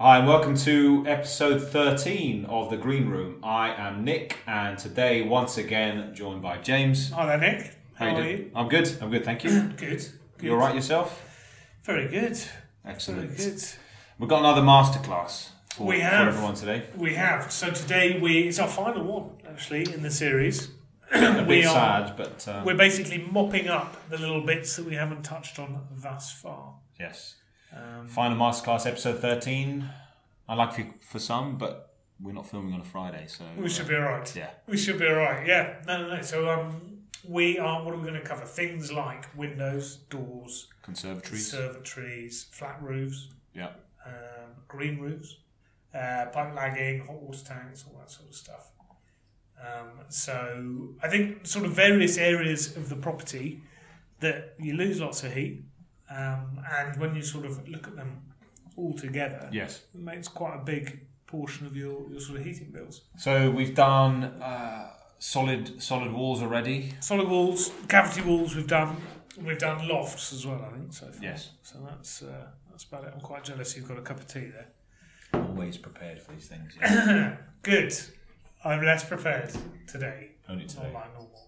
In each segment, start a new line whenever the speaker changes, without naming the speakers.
Hi, and welcome to episode 13 of The Green Room. I am Nick, and today, once again, joined by James.
Hi there, Nick. How,
you
are
doing?
you?
I'm good, I'm good, thank you.
Good. Good.
You alright yourself?
Very good. Very
Excellent.
good.
We've got another masterclass for,
We
for
have.
everyone today.
We have. So today we it's our final one actually in the series.
A
We
bit
are-
sad, but um,
We're basically mopping up the little bits that we haven't touched on thus far.
yes.
Um,
Final masterclass, episode 13. I like for, for some, but we're not filming on a Friday, so.
we should be alright.
Yeah.
We should be alright. Yeah. No, no, no. So um, we are. What are we going to cover? Things like windows, doors,
Conservatories.
conservatories, flat roofs,
yeah.
um, green roofs, uh, pipe lagging, hot water tanks, all that sort of stuff. Um, so I think sort of various areas of the property that you lose lots of heat, um, and when you sort of look at them all together,
Yes.
it makes quite a big portion of your, your sort of heating bills.
So we've done uh, solid solid walls already.
Solid walls, cavity walls, we've done. We've done lofts as well, I think. So far.
Yes.
So that's uh, that's about it. I'm quite jealous you've got a cup of tea there.
Always prepared for these things. yeah.
Good. I'm less prepared today.
Only
It's
today.
not like normal.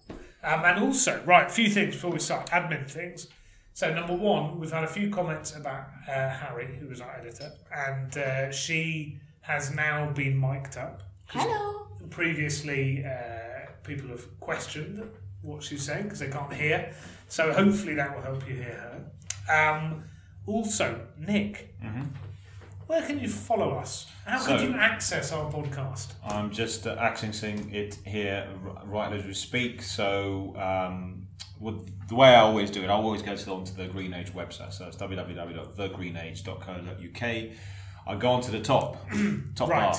Um, and also, right, a few things before we start admin things. So, number one, we've had a few comments about uh, Harry, who was our editor, and uh, she has now been mic'd up.
Hello.
Previously, uh, people have questioned what she's saying because they can't hear. So, hopefully, that will help you hear her. Um, also, Nick, where can you follow us? How
Mm-hmm. So-
can you access our podcast?
I'm just uh, accessing it here r- right as we speak. So, um, with the way I always do it, I always go to the, onto the Green Age website. So it's www.thegreenage.co.uk. I go onto the top, top
Right.
bar.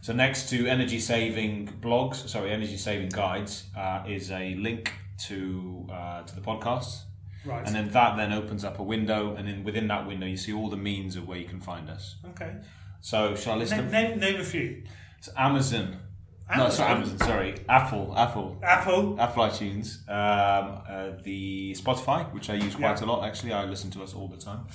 So next to energy saving blogs, sorry, energy saving guides, uh, is a link to uh, to the podcast.
Right.
And then that then opens up a window, and then within that window, you see all the means of where you can find us.
Okay.
So, shall I list
Name,
them?
name, name a few.
It's Amazon. No, sorry, Amazon. Sorry, Apple, Apple,
Apple.
Apple iTunes, um, uh, the Spotify, which I use quite
Yeah.
a lot. Actually, I listen to us all the time.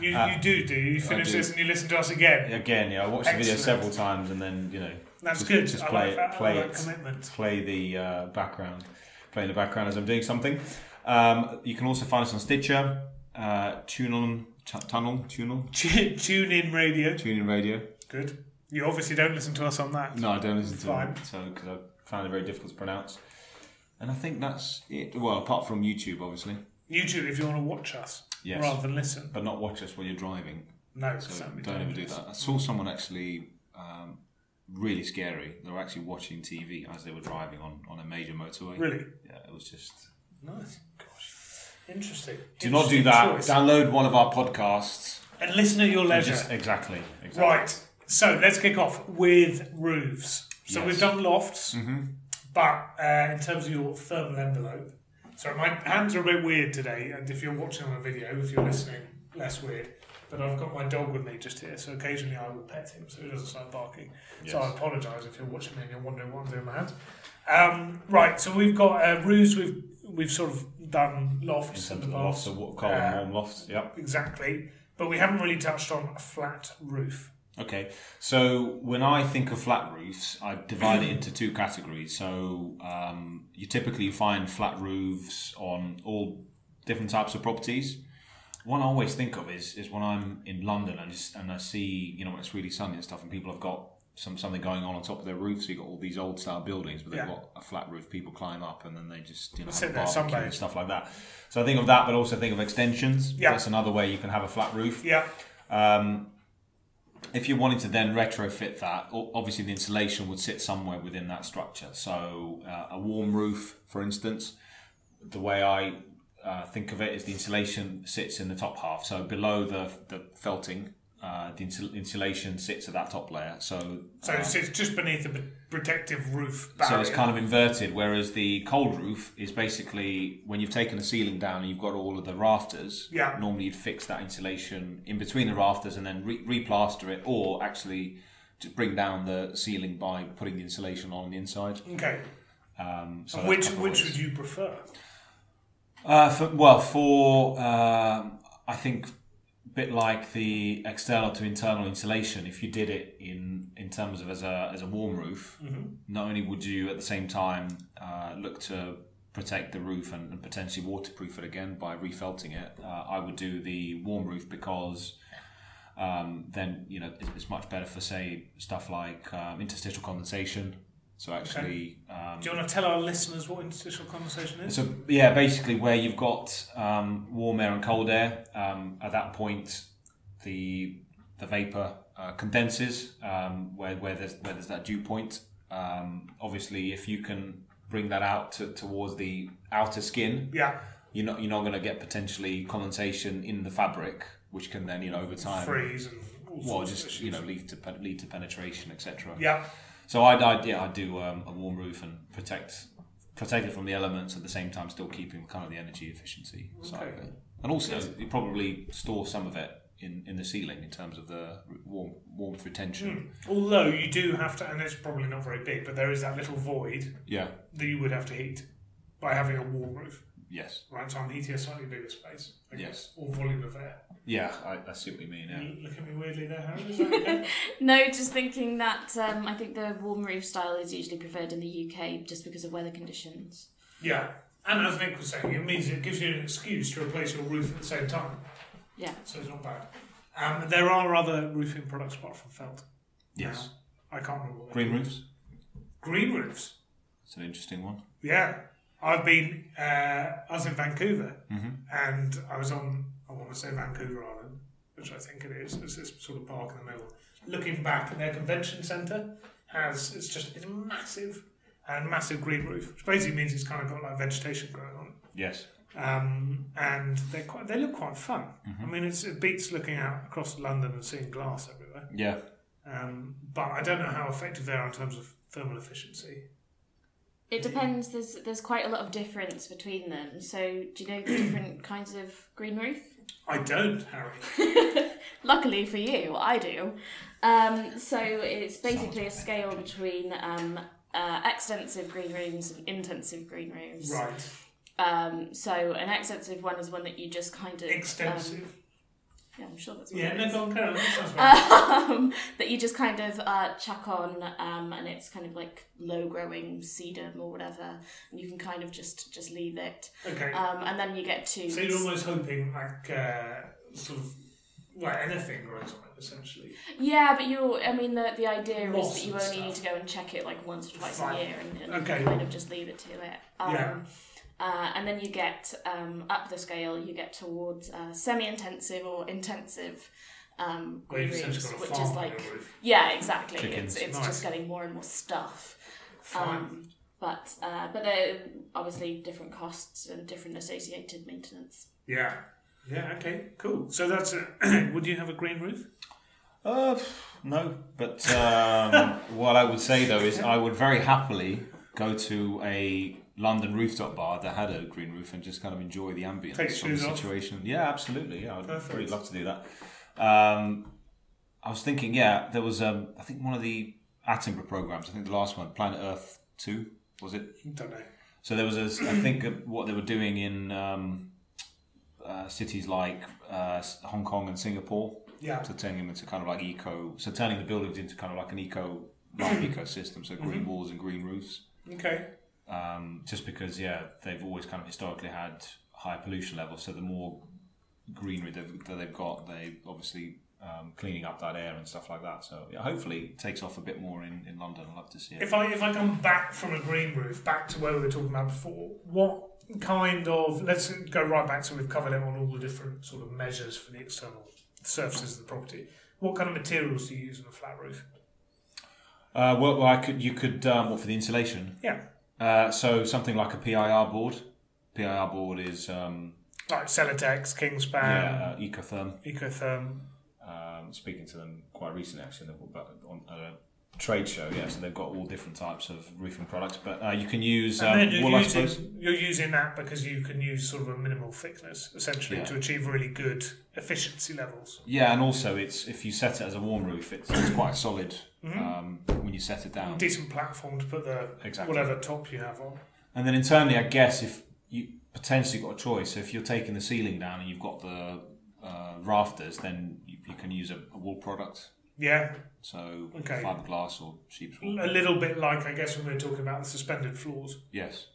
You, you do, do you? You finish
Uh, do.
this and you listen to us again.
Again, yeah, I watch the video
Excellent.
several times, and then you know,
That's
just,
good.
Just
I
play
like
it,
that.
play
I like
it,
commitment.
play the uh, background, play in the background as I'm doing something. Um, you can also find us on Stitcher, uh, TuneOn, t- Tunnel, TuneOn,
Tu- Tune in radio.
TuneIn Radio.
Good. You obviously don't listen to us on that.
No, I don't listen
Fine.
to it, so because I found it very difficult to pronounce. And I think that's it. Well, apart from YouTube, obviously,
YouTube if you want to watch us
Yes.
rather than listen.
but not watch us while you're driving.
No,
So
that'd be
don't ever do
dangerous.
that. I saw someone actually um, really scary. They were actually watching TV as they were driving on, on a major motorway.
Really?
Yeah, it was just.
Nice. Gosh. Interesting.
Do not do
Interesting
that.
choice.
Download one of our podcasts.
And listen at your leisure.
Just- exactly. Exactly.
Right. So let's kick off with roofs. So
Yes. Mm-hmm.
we've done lofts, but uh, in terms of your thermal envelope. So my hands are a bit weird today, and if you're watching on a video, if you're listening, less weird. But I've got my dog with me just here, so occasionally I will pet him so he doesn't start barking. So I
Yes.
apologise if you're watching me and you're wondering what I'm doing with my hands. Um, right, so we've got uh, roofs. We've we've sort of done lofts
Some
in the
of the
past.
lofts, so what call them
Uh,
warm lofts. Yep.
exactly, but we haven't really touched on a flat roof.
Okay. So when I think of flat roofs, I divide it into two categories. So um, you typically find flat roofs on all different types of properties. One I always think of is is when I'm in London and just, and I see you know when it's really sunny and stuff, and people have got some something going on on top of their roof. So you have got all these old style buildings, but they've
Yeah.
got a flat roof. People climb up and then they just you know
Sit
have a
there,
barbecue
sunbathe.
and stuff like that. So I think of that, but also think of extensions.
Yeah.
that's another way you can have a flat roof.
Yeah.
If you wanted to then retrofit that, o- obviously the insulation would sit somewhere within that structure. So uh, a warm roof, for instance, the way I uh, think of it is the insulation sits in the top half. So below the, the felting, uh, the insul- insulation sits at that top layer. So
So it's it's just beneath the protective roof barrier.
so it's kind of inverted, whereas the cold roof is basically when you've taken the ceiling down and you've got all of the rafters.
Yeah.
Normally, you'd fix that insulation in between the rafters and then re- replaster it, or actually to bring down the ceiling by putting the insulation on the inside.
okay.
Um, so that's
which
a couple of
which
ways.
would you prefer?
Uh, for, well, for um I think bit like the external to internal insulation. If you did it in in terms of as a as a warm roof, not only would you at the same time uh, look to protect the roof and, and potentially waterproof it again by refelting it, uh, I would do the warm roof because. Um, then you know it's, it's much better for say stuff like um, interstitial condensation. So actually, um,
Do you want to tell our listeners what interstitial conversation is?
so yeah, basically where you've got um, warm air and cold air, um, at that point the the vapor uh, condenses um, where where there's where there's that dew point. Um, obviously, if you can bring that out to, towards the outer skin,
Yeah,
you're not you're not going to get potentially condensation in the fabric, which can then you know over time,
freeze and all
well,
sorts of
just you know
issues.
lead to pen- lead to penetration, etc.
Yeah,
So I'd, I'd yeah I'd do um, a warm roof and protect protect it from the elements at the same time still keeping kind of the energy efficiency side of
Okay.
it, and also you probably store some of it in, in the ceiling in terms of the warm warmth
Hmm.
retention.
although you do have to, and it's probably not very big, but there is that little void
Yeah.
that you would have to heat by having a warm roof.
Yes.
Right, so I'm heating a slightly bigger space, I
Yes.
guess, or volume of air.
Yeah. I, I see what you mean. Yeah.
You look at me weirdly there, Harry. Is that okay?
No, just thinking that um, I think the warm roof style is usually preferred in the UK just because of weather conditions.
yeah, and as Nick was saying, it means it gives you an excuse to replace your roof at the same time,
Yeah.
so it's not bad. Um, there are other roofing products apart from felt.
Yes.
Now, I can't remember. What
Green roofs.
Green roofs.
It's an interesting one.
Yeah, I've been. Uh, I was in Vancouver,
Mm-hmm.
and I was on. I want to say Vancouver Island, which I think it is. It's this sort of park in the middle. Looking back, and their convention centre has. It's just it's massive and massive green roof, which basically means it's kind of got like vegetation growing on it.
Yes.
Um, and they quite they look quite fun.
Mm-hmm.
I mean, it's, it beats looking out across London and seeing glass everywhere.
Yeah.
Um, but I don't know how effective they are in terms of thermal efficiency.
It depends. There's there's quite a lot of difference between them. So do you know the different kinds of green roof?
I don't, Harry.
Luckily for you, I do. Um, so it's basically a scale between um, uh, extensive green rooms and intensive green rooms.
right.
Um, so an extensive one is one that you just kind of
Extensive.
Um, yeah, I'm sure that's what
Yeah,
it
no,
is.
go on, carry on. That sounds right.
um, that you just kind of uh, chuck on, um, and it's kind of like low-growing sedum or whatever, and you can kind of just just leave it.
okay.
Um, and then you get to
so you're almost hoping, like, uh, sort of, well, anything grows on it, essentially.
yeah, but you. I mean, the the idea
Moss
is that you
and
only
stuff.
need to go and check it like once or twice
Fine.
a year, and, and
Okay.
you kind of just leave it to it. Um,
Yeah.
Uh, and then you get um, up the scale, you get towards uh, semi-intensive or intensive um,
Where you've
green
essentially
roofs,
got a
which
farm
is
on
like
your roof.
yeah, exactly.
Chickens.
It's it's
Nice.
just getting more and more stuff.
Fine.
um, but uh, but they're obviously different costs and different associated maintenance.
yeah. Yeah, okay, cool. So that's a. would you have a green roof?
Uh, no, but um, what I would say though is I would very happily go to a London rooftop bar that had a green roof and just kind of enjoy the ambience
Take
from the
shoes off.
situation. Yeah, absolutely. Yeah, I'd
Perfect.
really love to do that. Um, I was thinking, yeah, there was um, I think one of the Attenborough programs. I think the last one, Planet Earth Two, was it?
Don't know.
So there was, a, I think, uh, what they were doing in um, uh, cities like uh, Hong Kong and Singapore.
Yeah.
So turning them into kind of like eco, so turning the buildings into kind of like an eco like ecosystem. So green walls and green roofs.
Okay.
Um, just because, yeah, they've always kind of historically had high pollution levels. So the more greenery they've, that they've got, they obviously um, cleaning up that air and stuff like that. So yeah, hopefully it takes off a bit more in, in London. I'd love to see it.
If I if I come back from a green roof, back to where we were talking about before, what kind of let's go right back so we've covered it on all the different sort of measures for the external surfaces of the property. What kind of materials do you use on a flat roof?
Uh, well, well, I could you could um, what for the insulation?
Yeah.
Uh, so something like a PIR board. PIR board is um,
Like Celotex, Kingspan,
yeah, uh, Ecotherm.
Ecotherm.
um, speaking to them quite recently actually they've got- on at a trade show yeah so they've got all different types of roofing products but uh, you can use um,
And then
wool
you're
I suppose
using, you're using that because you can use sort of a minimal thickness essentially
Yeah.
to achieve really good efficiency levels.
yeah and also it's if you set it as a warm roof it's, it's quite solid
Mm-hmm.
um, when you set it down
Decent platform to put the
Exactly.
whatever top you have on.
and then internally I guess if you potentially got a choice if you're taking the ceiling down and you've got the uh, rafters, then you, you can use a, a wool product.
Yeah,
So
Okay.
fiberglass or sheep's wool.
a little bit like I guess when we were talking about the suspended floors.
Yes,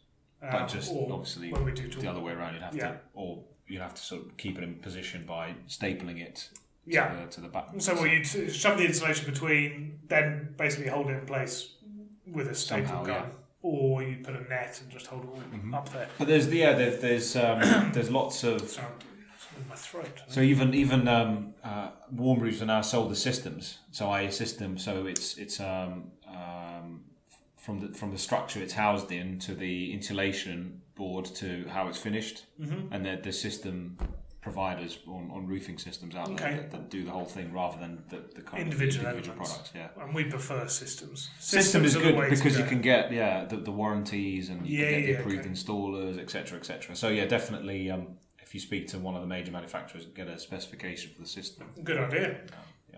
Um,
but just
or
obviously
when we do talk
the other way around, you'd have
Yeah.
to, or you'd have to sort of keep it in position by stapling it. To
Yeah.
The, uh, to the back.
So well, you t- shove the insulation between, then basically hold it in place with a staple
Somehow,
gun,
yeah. Mm-hmm.
or you put a net and just hold it all up there.
But there's yeah, there's there's, um, there's lots of
So I'm- it's in my throat.
so even even um, uh, warm roofs are now sold as systems. So IA system. So it's it's um, um, from the from the structure it's housed in to the insulation board to how it's finished, mm-hmm. and the the system providers on, on roofing systems out
Okay.
there that, that do the whole thing rather than the, the kind
Individual
of individual
elements.
products. Yeah.
and we prefer systems.
System is
are the
good
way to
because you
go.
can get yeah the, the warranties and you
Yeah,
can get
yeah,
the approved
okay.
installers etc etc. So yeah, definitely um, if you speak to one of the major manufacturers, get a specification for the system.
Good idea.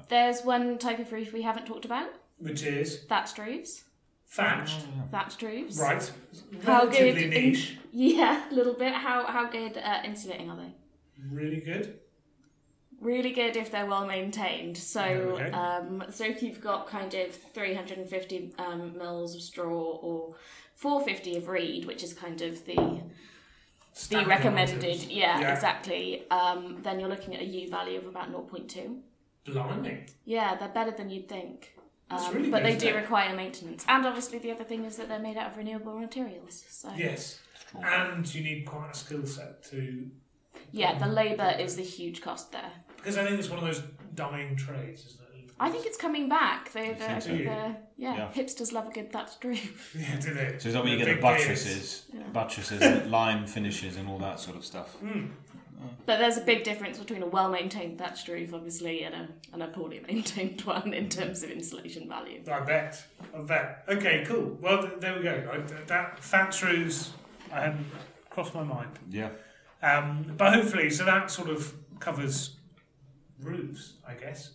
There's one type of roof we haven't talked about
Which is
thatched roofs.
thatched,
Thatched roofs.
right?
How good
Relatively
Oh, in-
niche.
Yeah, a little bit. How, how good at insulating are they?
Really good.
really good if they're well maintained. So,
Okay.
um, so if you've got kind of 350 um, mils of straw or 450 of reed, which is kind of the the
Standard
recommended,
items.
yeah, exactly. Um, then you're looking at a U value of about 0.2.
Blinding.
Yeah, they're better than you'd think.
That's
Um,
really
but
good,
they
isn't
do
it?
require maintenance, and obviously the other thing is that they're made out of renewable materials. So
Yes.
Straw.
And you need quite a skill set to
yeah, the labour is the huge cost there.
because I think it's one of those dying trades, isn't it?
I think it's coming back. They, they,
think so?
yeah,
Yeah.
hipsters love a good thatched roof.
Yeah, do they?
So is that where you get the
big beards.
buttresses, buttresses, and lime finishes, and all that sort of stuff?
Mm.
But there's a big difference between a well maintained thatched roof, obviously, and a, and a poorly maintained one in terms of insulation value.
I bet. I bet. Okay, cool. Well, th- there we go. I, th- that thatch roofs, I hadn't crossed my mind.
Yeah.
Um, but hopefully, so that sort of covers roofs, I guess.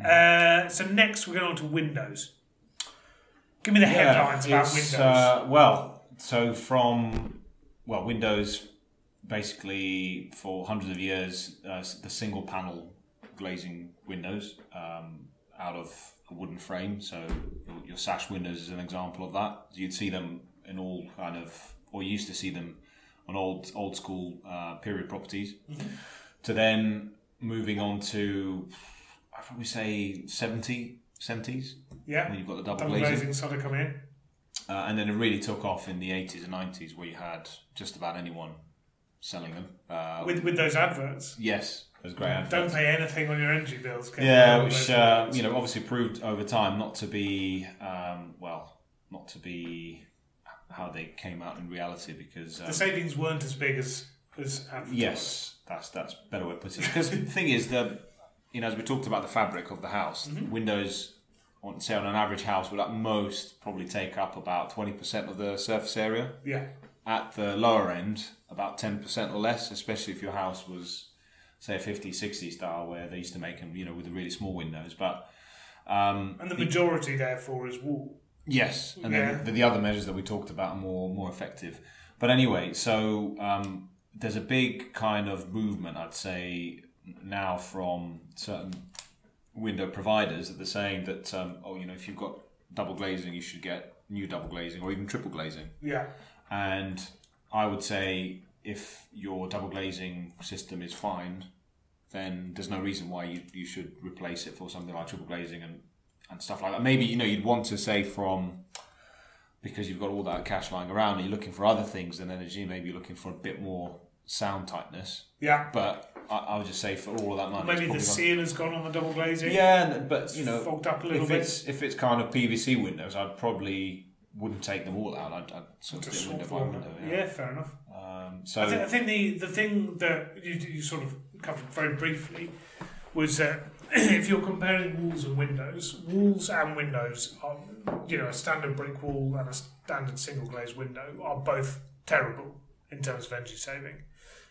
Hmm.
Uh, so next, we're going on to windows. Give me the headlines about
it's,
windows.
Uh, well, so from well, Windows basically for hundreds of years, uh, the single panel glazing windows um, out of a wooden frame. So your, your sash windows is an example of that. You'd see them in all kind of, or you used to see them on old old school uh, period properties.
Mm-hmm.
To then moving on to, I'd probably say 70, 70s,
yeah,
when you've got the double,
double
glazing.
glazing sort of come in.
Uh, and then it really took off in the 80s and 90s where you had just about anyone selling them. Uh,
With, with those adverts.
yes, it was great.
Don't
adverts.
pay anything on your energy bills. can
Yeah,
you?
which, uh, you know, obviously proved over time not to be, um, well, not to be how they came out in reality because.
The
Um,
savings weren't as big as, as advertised.
yes, that's that's a better way of putting it. Because the thing is, that, you know, as we talked about the fabric of the house, windows, on, say on an average house, would at most probably take up about 20% of the surface area.
Yeah.
at the lower end about 10% or less especially if your house was say 50 60 style where they used to make them you know with the really small windows but um,
And the majority, therefore, is wool.
yes and
Yeah.
then the, the other measures that we talked about are more more effective but anyway so um, there's a big kind of movement i'd say now from certain window providers that they're saying that um, oh you know if you've got double glazing you should get new double glazing or even triple glazing
Yeah.
and I would say if your double glazing system is fine, then there's no reason why you, you should replace it for something like triple glazing and, and stuff like that. Maybe you know you'd want to say from because you've got all that cash lying around and you're looking for other things than energy, maybe you're looking for a bit more sound tightness.
Yeah.
But I, I would just say for all of that money, it's
Maybe the
probably not-
seal has gone on the double glazing.
yeah, and- but you know,
Fogged up a little
if
bit.
it's if it's kind of PVC windows, I probably wouldn't take them all out. I'd, I'd sort of
Just
do
sort
window
of
by
one.
window.
yeah. fair enough.
Um,
I, thi-
so
I think the, the thing that you, you sort of covered very briefly was that if you're comparing walls and windows, walls and windows are, you know, a standard brick wall and a standard single glazed window are both terrible in terms of energy saving.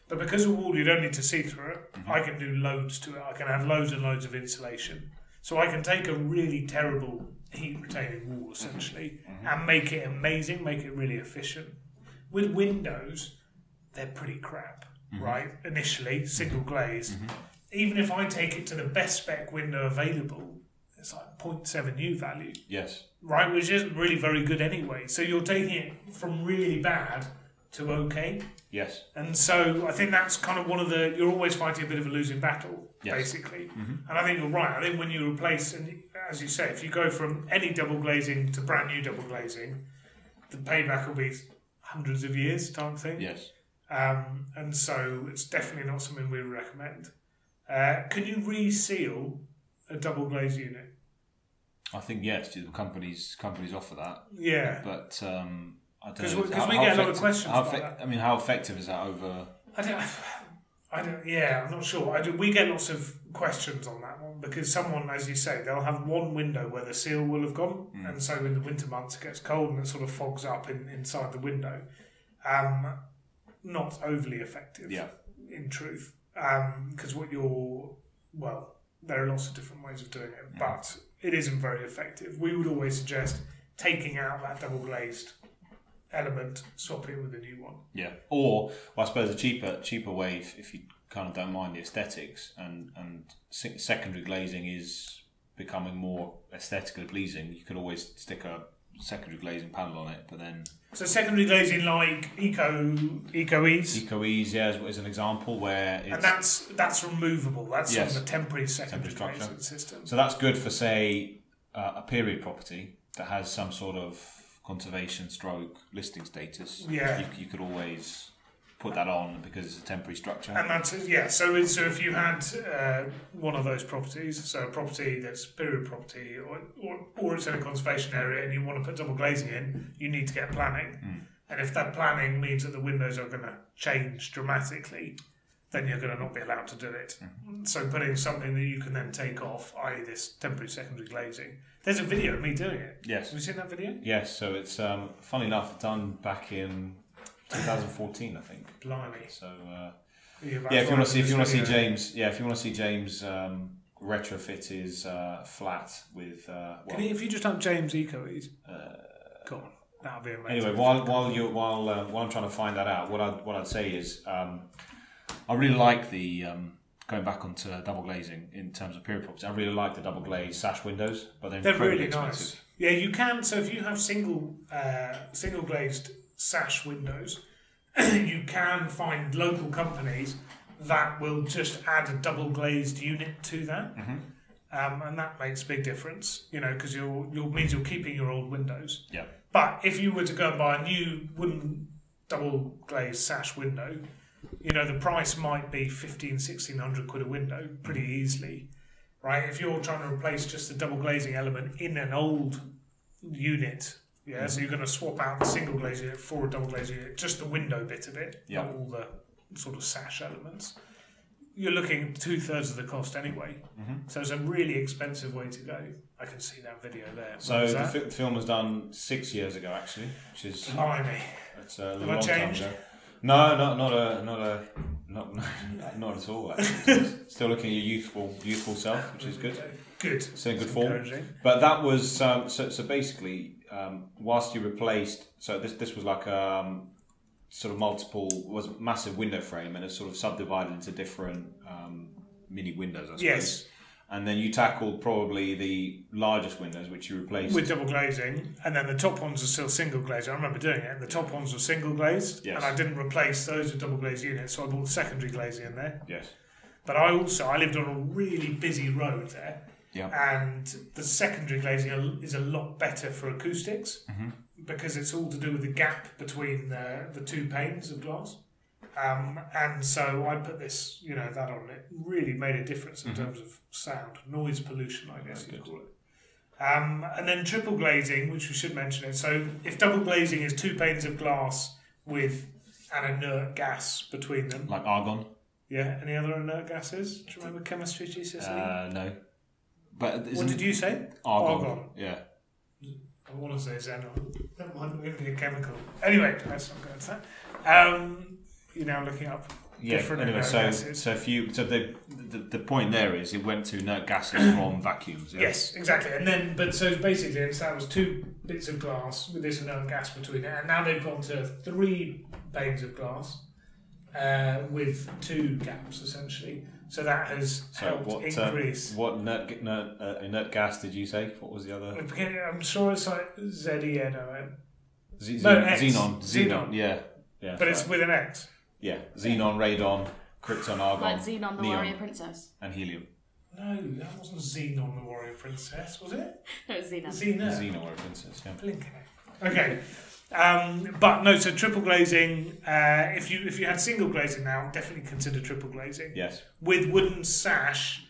But because a wall, you don't need to see through it, I can do loads to it. I can add loads and loads of insulation. So I can take a really terrible heat retaining wall essentially and make it amazing, make it really efficient. With windows, they're pretty crap, right? Initially, single glaze. even if I take it to the best spec window available, it's like 0.7 U value,
Yes.
right? Which isn't really very good anyway. So you're taking it from really bad to okay.
Yes.
And so I think that's kind of one of the you're always fighting a bit of a losing battle,
Yes.
basically. And I think you're right. I think when you replace and as you say, if you go from any double glazing to brand new double glazing, the payback will be hundreds of years type thing.
Yes.
Um, and so it's definitely not something we would recommend. Uh, can you reseal a double glaze unit?
I think yes. The companies companies offer that,
Yeah.
but um, I don't
'Cause
know.
we-
how-
'cause we
how
get a lot of
effective-
questions
how
about
effec-
that.
I mean, how effective is that over?
I don't. I don't. Yeah, I'm not sure. I do, we get lots of questions on that one because someone, as you say, they'll have one window where the seal will have gone, and so in the winter months it gets cold and it sort of fogs up in, inside the window. Um, not overly effective.
Yeah.
In truth, because what you're well, there are lots of different ways of doing it, but it isn't very effective. We would always suggest taking out that double glazed element, swapping it with a new one.
Yeah. Or well, I suppose a cheaper cheaper way if, if you kind of don't mind the aesthetics and and se- secondary glazing is becoming more aesthetically pleasing. You could always stick a secondary glazing panel on it, but then
So secondary glazing like eco eco ease,
Eco Ease yeah, is, is an example where it's
and that's that's removable. That's sort of
Yes.
the temporary secondary
Temporary structure.
glazing system.
So that's good for, say, uh, a period property that has some sort of conservation stroke listing status.
Yeah.
You, you could always put that on because it's a temporary structure.
And that's it, yeah. So it's- so if you had uh, one of those properties, so a property that's period property, or, or or it's in a conservation area, and you want to put double glazing in, you need to get planning.
Hmm.
And if that planning means that the windows are going to change dramatically, then you're going to not be allowed to do it.
Hmm.
So putting something that you can then take off, i.e., this temporary secondary glazing. There's a video of me doing it.
Yes.
Have you seen that video?
Yes, so it's, um, funny enough, done back in 2014, I think.
Blimey.
So, uh,
Yeah,
yeah, if you want to see, if you want to see
Jay,
James, yeah, if you want to see James um, retrofit his uh, flat with, uh, well,
if you just have James Eco, he's God, that'd be amazing.
Uh, Anyway, while while you while uh, while I'm trying to find that out, what I what I'd say is, um, I really like the um, going back onto double glazing in terms of period props. I really like the double glazed sash windows, but they're,
they're
incredibly
really nice.
expensive.
Yeah, you can. So if you have single uh, single glazed sash windows, you can find local companies that will just add a double glazed unit to that,
Mm-hmm.
um, and that makes a big difference. You know, because you're you're means you're keeping your old windows.
Yeah,
But if you were to go and buy a new wooden double glazed sash window, you know, the price might be 15, 1600 quid a window pretty easily, right? If you're trying to replace just the double glazing element in an old unit, yeah, so you're going to swap out the single glaze unit for a double glaze unit, just the window bit of it,
Yeah.
not all the sort of sash elements. You're looking two thirds of the cost anyway,
Mm-hmm.
so it's a really expensive way to go. I can see that video there. What
so
was
the
that?
fi- the film was done six years ago actually, which is
Blimey.
it's a
I
long time
changed?
ago. No, not not a not a not not at all. Actually. Still looking at your youthful youthful self, which is good.
Good.
Still in good
It's
form.
encouraging.
But that was um, so. So basically, um, whilst you replaced, so this this was like um, sort of multiple was a massive window frame, and it's sort of subdivided into different um, mini windows. I suppose.
Yes.
And then you tackled probably the largest windows, which you replaced.
With double glazing, and then the top ones are still single glazed. I remember doing it, and the top ones were single glazed,
Yes.
and I didn't replace those with double glazed units, so I bought secondary glazing in there.
yes.
But I also I lived on a really busy road there,
Yeah.
and the secondary glazing al- is a lot better for acoustics because it's all to do with the gap between the, the two panes of glass. Um, and so I put this, you know, that on it really made a difference in terms of sound, noise pollution, I guess you'd call it. Um, and then triple glazing, which we should mention it. So if double glazing is two panes of glass with an inert gas between them,
Like argon.
yeah, any other inert gases? Do you remember chemistry GCSE?
Uh, no. But
what
isn't
E? did you say?
argon?
Argon.
Yeah.
I want to say xenon. Never mind, we're going to be a chemical. Anyway, let's not go into that. Um, you're now looking up
Yeah.
different
anyway,
inert
so
gases.
so if you so the, the the point there is it went to inert gases from vacuums. Yeah?
Yes, exactly. And then, but so basically, it's- that was two bits of glass with this inert gas between it, and now they've gone to three panes of glass uh, with two gaps essentially. So that has
So
helped
what um,
increase.
what inert, inert, uh, inert gas did you say? What was the other?
I'm sure it's like E Z-E-N-O-N,
Z-
No,
xenon,
X.
xenon,
Xenon.
Yeah, yeah.
but it's
right.
with an X.
yeah, xenon, radon, krypton, argon,
Like Xenon the
Oh, neon,
Warrior Princess.
and helium.
No, that wasn't Xenon the Warrior Princess, was it?
No, it's Xenon.
Xena.
Xenon were princess. Yeah.
Blinking it. Okay. Um, but no, so triple glazing. Uh, if you if you had single glazing now, definitely consider triple glazing.
Yes.
With wooden sash,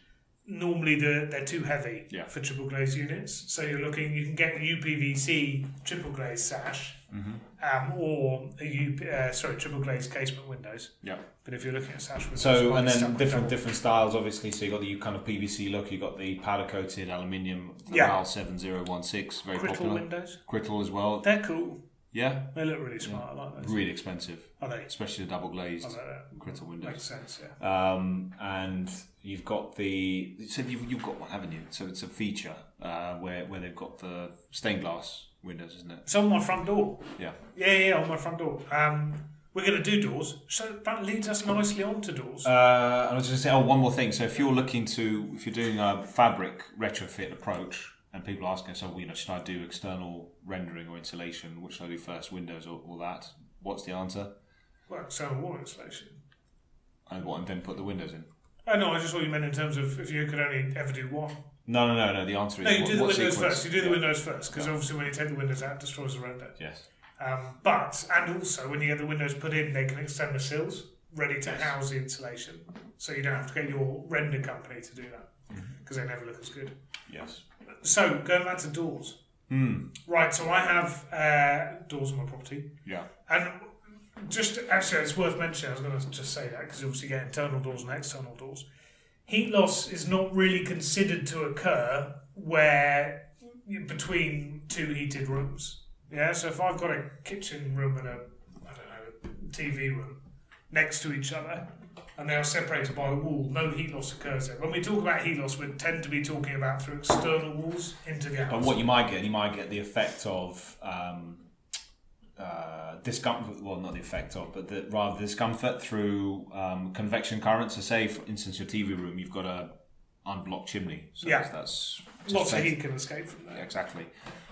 normally the, they're too heavy
Yeah.
for triple glaze units. So you're looking, you can get a UPVC triple glaze sash,
Mm-hmm.
um, or a U, uh, sorry triple glaze casement windows.
Yeah.
But if you're looking at sash windows,
So
might
and
be stuck
then
with
different
double.
different styles, obviously. So you got the kind of PVC look. You got the powder coated aluminium.
Yeah.
RAL seven zero one six, very
critical
popular.
windows.
Crittle as well.
They're cool.
Yeah.
They look really smart. I like those.
Really expensive,
Are they?
especially the double glazed
I like that.
Crittle
Makes
windows.
sense. Yeah.
Um, and you've got the you said you've, you've got one, haven't you? So it's a feature uh, where where they've got the stained glass windows, isn't it?
It's on my front door.
Yeah.
Yeah, yeah, on my front door. Um, we're going to do doors, so that leads us nicely on to doors.
Uh, and I was just going to say, oh, one more thing. So if you're looking to, if you're doing a fabric retrofit approach, and people are asking us, oh, you know, should I do external rendering or insulation? What should I do first, windows or, or that? What's the answer?
well, external wall insulation.
And what, and then put the windows in?
Oh no, I just thought you meant in terms of if you could only ever do one.
No, no, no, no. The answer is
No, you
what,
do the
what
windows
sequence?
first. You do the
Yeah.
windows first because obviously when you take the windows out, it destroys the render.
Yes.
Um, but and also when you get the windows put in, they can extend the sills ready to house the insulation, so you don't have to get your render company to do that
Mm-hmm.
because they never look as good.
Yes.
So going back to doors. Right, so I have uh, doors on my property.
Yeah.
And just actually, it's worth mentioning. I was going to just say that because obviously, you get internal doors and external doors. Heat loss is not really considered to occur where you- between two heated rooms. Yeah, so if I've got a kitchen room and a I don't know TV room next to each other, and they are separated by a wall, no heat loss occurs there. When we talk about heat loss, we tend to be talking about through external walls into the
And
house.
what you might get, you might get the effect of um, uh, discomfort. Well, not the effect of, but the, rather discomfort through um, convection current. So, say for instance, your TV room, you've got a unblocked chimney. So
Yeah.
That's
Lots of heat can escape from there.
Yeah, exactly,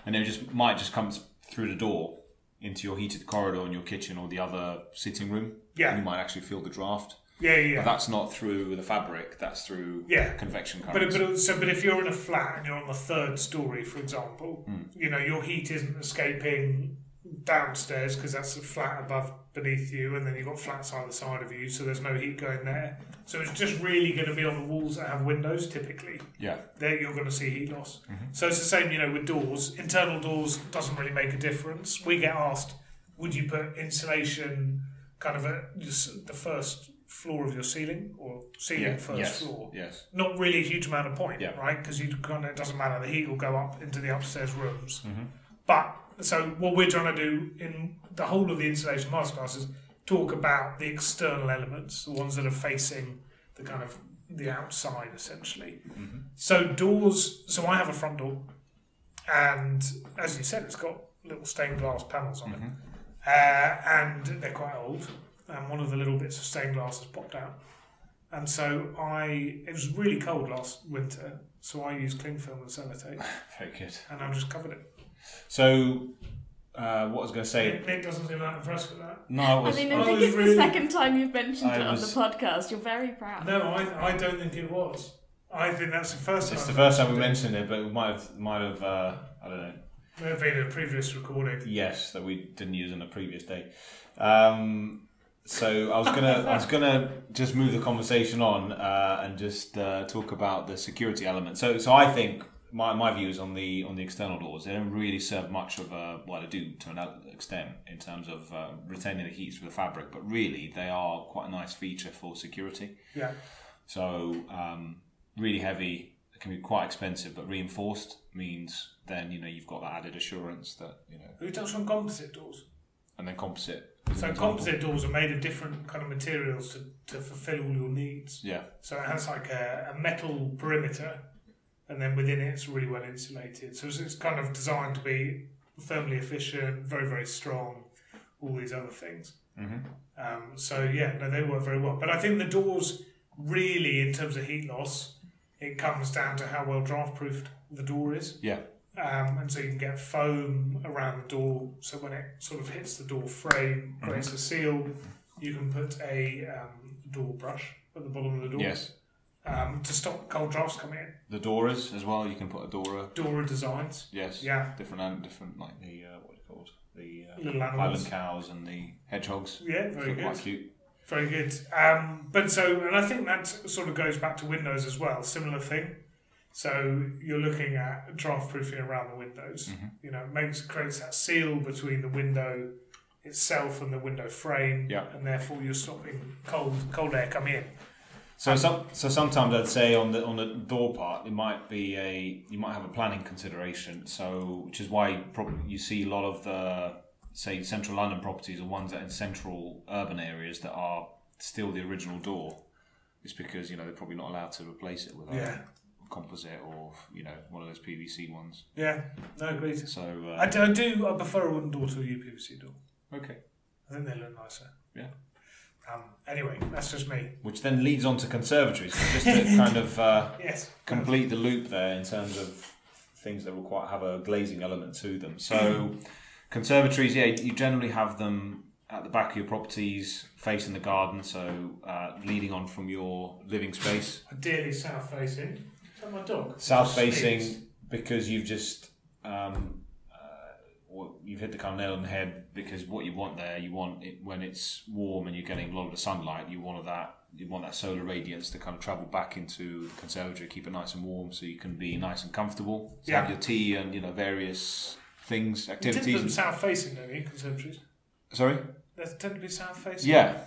and it just might just come through the door into your heated corridor in your kitchen or the other sitting room.
Yeah.
And you might actually feel the draft.
Yeah, yeah. yeah.
But that's not through the fabric. That's through
Yeah.
convection current.
But, it- but it- so, but if you're in a flat and you're on the third story, for example,
Hmm.
you know your heat isn't escaping downstairs because that's the flat above beneath you, and then you've got flats either side of you, so there's no heat going there. So it's just really going to be on the walls that have windows, typically.
yeah.
There you're going to see heat loss.
Mm-hmm.
So it's the same, you know, with doors. Internal doors doesn't really make a difference. We get asked, would you put insulation kind of at just the first floor of your ceiling or ceiling
Yeah.
first
yes.
floor?
Yes.
not really a huge amount of point,
Yeah.
right? Because you kind of it doesn't matter. The heat will go up into the upstairs rooms. But so what we're trying to do in the whole of the installation masterclass is talk about the external elements, the ones that are facing the kind of the outside essentially. So doors. So I have a front door, and as you said, it's got little stained glass panels on it, uh, and they're quite old. And one of the little bits of stained glass has popped out. And so I, it was really cold last winter, so I used cling film and sellotape,
Very good.
and I just covered it.
So, uh, what I was going to say?
Nick, Nick doesn't seem that impressed with that.
No, I
I
was.
mean,
I
I think
was
it's
really-
the second time you've mentioned
I
it
was-
on the podcast. You're very proud.
No, I, I don't think it was. I think that's the first
it's the
time.
first time we mentioned it, but we might have, might have, uh, I don't know.
May have been a previous recording.
Yes, that we didn't use on a previous day. Um, so I was gonna, I was gonna just move the conversation on uh, and just uh, talk about the security element. So, so I think my, my views on the on the external doors they don't really serve much of a well they do to an extent in terms of uh, retaining the heat through the fabric, but really they are quite a nice feature for security.
Yeah.
So um, really heavy it can be quite expensive, but reinforced means then you know you've got that added assurance that you know,
Who touched on composite doors?
and then composite. is an
So
example.
composite doors are made of different kind of materials to, to fulfil all your needs.
Yeah,
So it has like a, a metal perimeter, and then within it, it's really well insulated. So it's, it's kind of designed to be thermally efficient, very very strong, all these other things. Um, so yeah, no, they work very well. But I think the doors really, in terms of heat loss, it comes down to how well draft proofed the door is.
Yeah.
Um, and so you can get foam around the door. So when it sort of hits the door frame,
Mhm.
creates a seal. You can put a um, door brush at the bottom of the door
Yes.
um, to stop cold drafts coming in.
The Doras as well. You can put a Dora.
Dora designs,
Yes.
Yeah.
Different and different like the uh, what are they called? The
Little
uh,
animals.
island cows and the hedgehogs.
yeah, very
They're
good.
Quite cute.
Very good. Um, but so, and I think that sort of goes back to windows as well. Similar thing. So you're looking at draft proofing around the windows. You know, it makes creates that seal between the window itself and the window frame,
Yeah.
and therefore you're stopping cold cold air coming in.
So
Um,
some, so sometimes I'd say on the on the door part it might be a you might have a planning consideration. So which is why probably you see a lot of the say central London properties are ones that in central urban areas that are still the original door. It's because you know they're probably not allowed to replace it with a
Yeah.
composite or you know one of those PVC ones.
Yeah, no, agreed.
So uh,
I do, I do. I prefer a wooden door to a UPVC door.
okay,
I think they look nicer.
yeah.
Um, anyway, that's just me.
Which then leads on to conservatories. So just to kind of. Uh,
Yes.
complete the loop there in terms of things that will quite have a glazing element to them. So conservatories, yeah, you generally have them at the back of your properties, facing the garden, so uh, leading on from your living space,
Ideally, south facing. Is that my dog?
south
Sneezed.
facing, because you've just um, uh, well, you've hit the kind of nail on the head. Because what you want there, you want it when it's warm and you're getting a lot of the sunlight. You want that. You want that solar radiance to kind of travel back into the conservatory, keep it nice and warm, so you can be nice and comfortable. So
Yeah.
Have your tea and you know various things,
You Did them
activities.
south facing, don't you? Conservatories.
Sorry.
They tend to be south facing.
Yeah,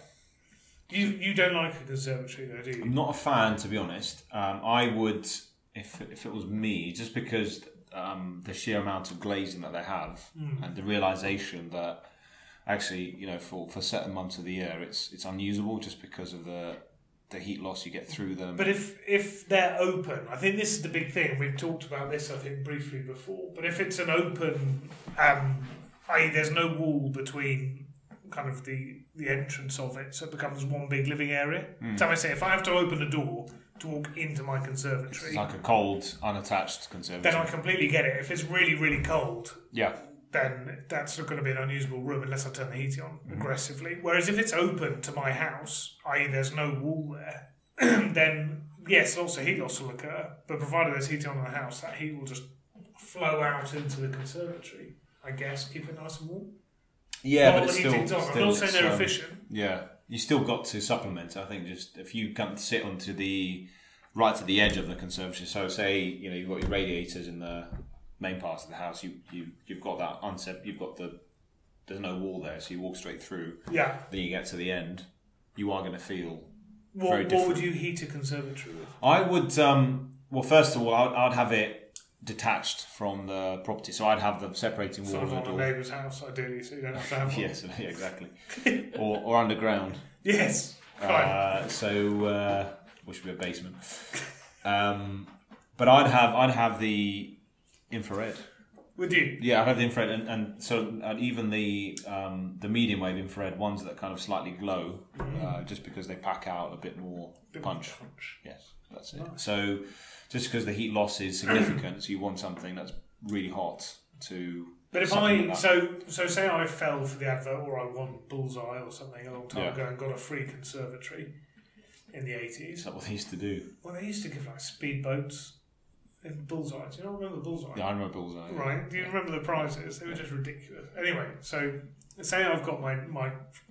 You you don't like a conservatory though, do you?
I'm not a fan, to be honest. Um, I would, if if it was me, just because um, the sheer amount of glazing that they have
Hmm.
and the realization that actually, you know, for, for certain months of the year, it's it's unusable just because of the the heat loss you get through them.
But if if they're open, I think this is the big thing. We've talked about this, I think, briefly before. But if it's an open, um, i.e., there's no wall between kind of the the entrance of it, so it becomes one big living area.
Hmm.
So I say, if I have to open a door to walk into my
it's
conservatory,
like a cold, unattached
then I
conservatory.
completely get it. If it's really really cold,
Yeah,
then that's not going to be an unusable room unless I turn the heat on
Mm-hmm.
aggressively. Whereas if it's open to my house, i.e., there's no wall there, then yes, lots of heat loss will occur. But provided there's heat on in the house, that heat will just flow out into the conservatory. I guess keep it nice and warm.
yeah,
While
but it's
the
still,
heating's on.
still
I'm not saying
it's,
they're
um,
efficient.
Yeah, you still got to supplement. I think just if you come to sit onto the right to the edge of the conservatory. So say you know you've got your radiators in the main parts of the house. You you you've got that unsep. You've got the there's no wall there, so you walk straight through.
Yeah.
Then you get to the end. You are going to feel. Very
What, what
different.
would you heat a conservatory with?
I would. Um, well, first of all, I'd, I'd have it detached from the property, so I'd have the separating wall
Sort of
and the
on a
door.
neighbour's house, ideally, so you don't have to have one.
Yes, yeah, exactly. or or underground.
Yes. Fine.
Uh, so uh, which would be a basement. Um, but I'd have I'd have the infrared.
Would you?
Yeah, I'd have the infrared, and, and so and even the um, the medium wave infrared ones that kind of slightly glow, uh, just because they pack out a bit more punch. Yes, that's it. So just because the heat loss is significant, so you want something that's really hot to.
But if
supplement
I
that.
so so say I fell for the advert or I won Bullseye or something a long time
Yeah.
ago and got a free conservatory in the
is
eighties.
that what they used to do?
Well, they used to give like speedboats in Bullseye. Do you not remember Bullseye?
The Iron Bulls, I
Right? Do you remember the prizes? They were just ridiculous. Anyway, so say I've got my my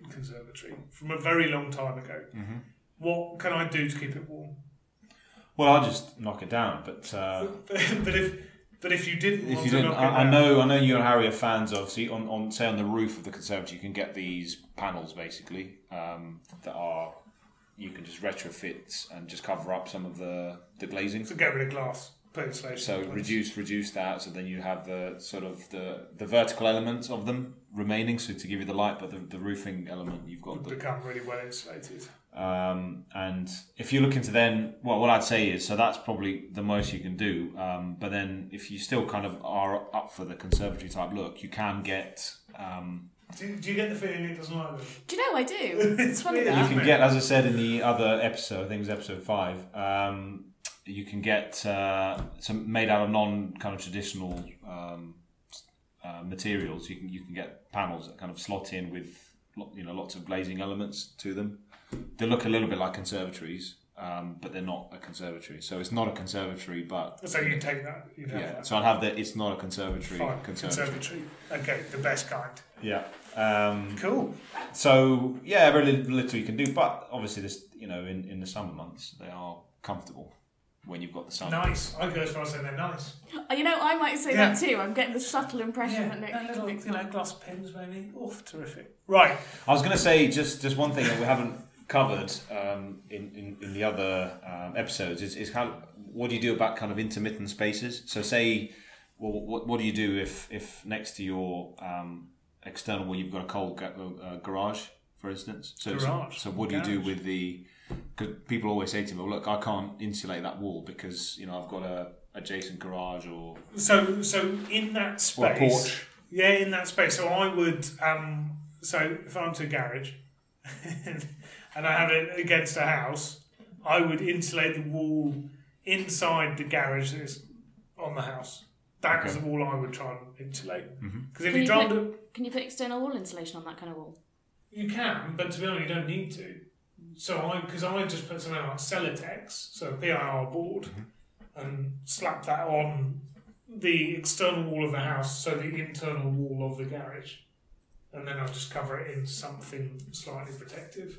conservatory from a very long time ago.
Mm-hmm.
What can I do to keep it warm?
Well, I'll just knock it down, but. Uh,
but if but if you didn't
If
want
you
to
didn't,
knock it
I, I
down-
know, I know you and Harry are fans of. So you- on, on say on the roof of the conservatory, you can get these panels basically um, that are you can just retrofit and just cover up some of the the glazing.
to get rid of glass, put insulation.
So
in place.
reduce reduce that. So then you have the sort of the the vertical elements of them remaining. So to give you the light, but the, the roofing element you've got
would
the
become really well insulated.
um, and if you're looking to then, well, what I'd say is, so that's probably the most you can do. Um, but then, if you still kind of are up for the conservatory type look, you can get um,
Do, do you get the feeling it doesn't like them?
Do you know I do?
It's
It's funny
weird.
You
that.
can get, as I said in the other episode, I think it was episode five. Um, you can get uh, some made out of non kind of traditional um, uh, materials. You can you can get panels that kind of slot in with lo- you know lots of glazing elements to them. They look a little bit like conservatories, um, but they're not a conservatory. So it's not a conservatory, but
So you take that. You have
yeah.
that.
So I'll have the it's not a conservatory.
Fine.
Conservatory.
Conservatory. Okay, the best kind.
Yeah. Um,
Cool.
so yeah, very little, little you can do. But obviously, this you know, in, in the summer months, they are comfortable when you've got the sun.
Nice. I go as far as saying they're nice.
Oh, You know, I might say
Yeah.
that too. I'm getting the subtle impression that Nick.
that
Nick's
you know, glass pins maybe. Oof, terrific. Right.
I was going to say just just one thing that we haven't covered um, in, in in the other um, episodes is is how what do you do about kind of intermittent spaces? So say, well, what what do you do if if next to your um, external wall you've got a cold ga- uh, garage, for instance? So so-
Garage.
So, what do you do
Garage.
with the? Because people always say to me, well, "Look, I can't insulate that wall because you know I've got a adjacent garage or
So so in that space.
or a porch."
Yeah, in that space. So I would. Um, so if I'm to a garage, and I have it against a house, I would insulate the wall inside the garage that is on the house. That is
Okay. Mm-hmm.
the wall I would try and insulate. Because if
Can
you
you
try and
put-
do,
Can you put external wall insulation on that kind of wall?
you can, but to be honest, you don't need to. So I, because I just put something like Celotex, so a PIR board, and slap that on the external wall of the house, so the internal wall of the garage, and then I'll just cover it in something slightly protective,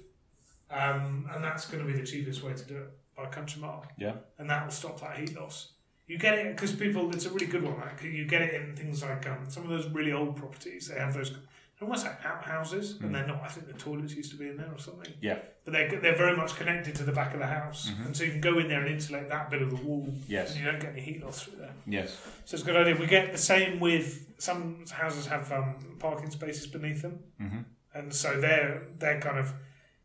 um, and that's going to be the cheapest way to do it by a country mile,
Yeah.
and that will stop that heat loss. You get it because people. It's a really good one. That 'cause you get it in things like um, some of those really old properties. They have those. They're almost like outhouses, and they're not. I think the toilets used to be in there or something
Yeah.
but they're, they're very much connected to the back of the house, and so you can go in there and insulate that bit of the wall,
Yes.
and you don't get any heat loss through there.
Yes.
So it's a good idea. We get the same with some houses have um, parking spaces beneath them,
Mhm.
and so they're they're kind of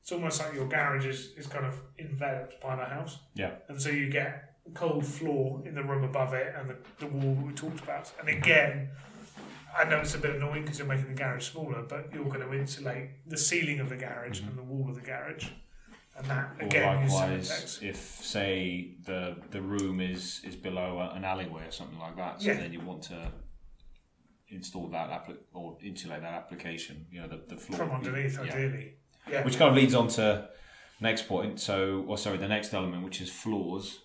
it's almost like your garage is, is kind of enveloped by the house,
Yeah.
and so you get cold floor in the room above it and the, the wall we talked about, and again. I know it's a bit annoying because you're making the garage smaller, but you're going to insulate the ceiling of the garage and the wall of the garage, and that
Or
again is
likewise,
Semitex.
if say the the room is is below a- an alleyway or something like that, so
Yeah.
then you want to install that appli- or insulate that application, you know, the, the floor
from underneath,
Yeah.
ideally. Yeah,
Which kind of leads on to next point. So, or sorry, the next element, which is floors.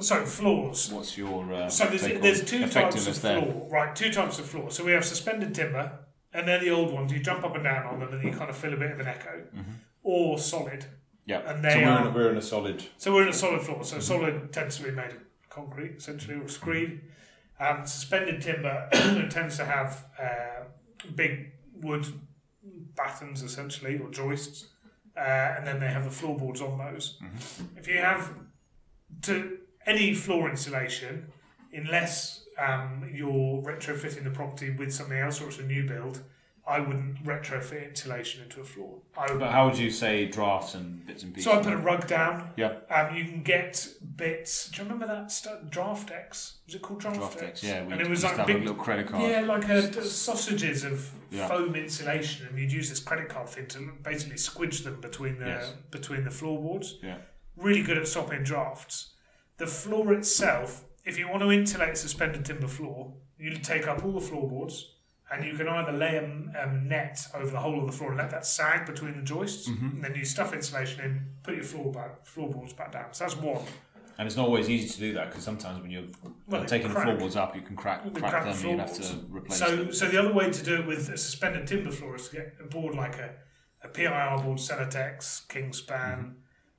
so floors.
What's your uh,
So there's,
take on
there's two types of
effectiveness there?
floor, right? Two types of floor. So we have suspended timber, and they're the old ones. You jump up and down on them, and you kind of feel a bit of an echo,
Mm-hmm.
or solid.
Yeah,
and
so
they
we're, in
are-
a, we're in a solid.
So we're in a solid floor. So solid tends to be made of concrete, essentially, or screed. Um, suspended timber tends to have uh, big wood battens, essentially, or joists, uh, and then they have the floorboards on those. If you have to any floor insulation, unless um, you're retrofitting the property with something else or it's a new build, I wouldn't retrofit insulation into a floor. I would,
But how would you say drafts and bits and pieces?
so I put a rug down.
yeah,
Um, you can get bits. Do you remember that stu- Draft X? Was it called Draft,
draft
X?
decks. Yeah, we
and it
used
was
to
like
have
big,
a little credit card.
yeah, like a, d- sausages of
Yeah.
foam insulation, and you'd use this credit card thing to basically squidge them between the
Yes.
between the floorboards.
Yeah.
Really good at stopping drafts. The floor itself, if you want to insulate a suspended timber floor, you take up all the floorboards. And you can either lay a, m- a net over the whole of the floor and let that sag between the joists,
Mm-hmm.
and then you stuff insulation in, put your floor back, floorboards back down. So that's one.
And it's not always easy to do that because sometimes when you're
Well,
uh,
they
taking the
crack.
floorboards up, you can crack,
They
crack,
crack
them
the
and you'd have to
floorboards.
replace
So,
them.
so the other way to do it with a suspended timber floor is to get a board like a, a PIR board, Celotex, Kingspan.
Mm-hmm.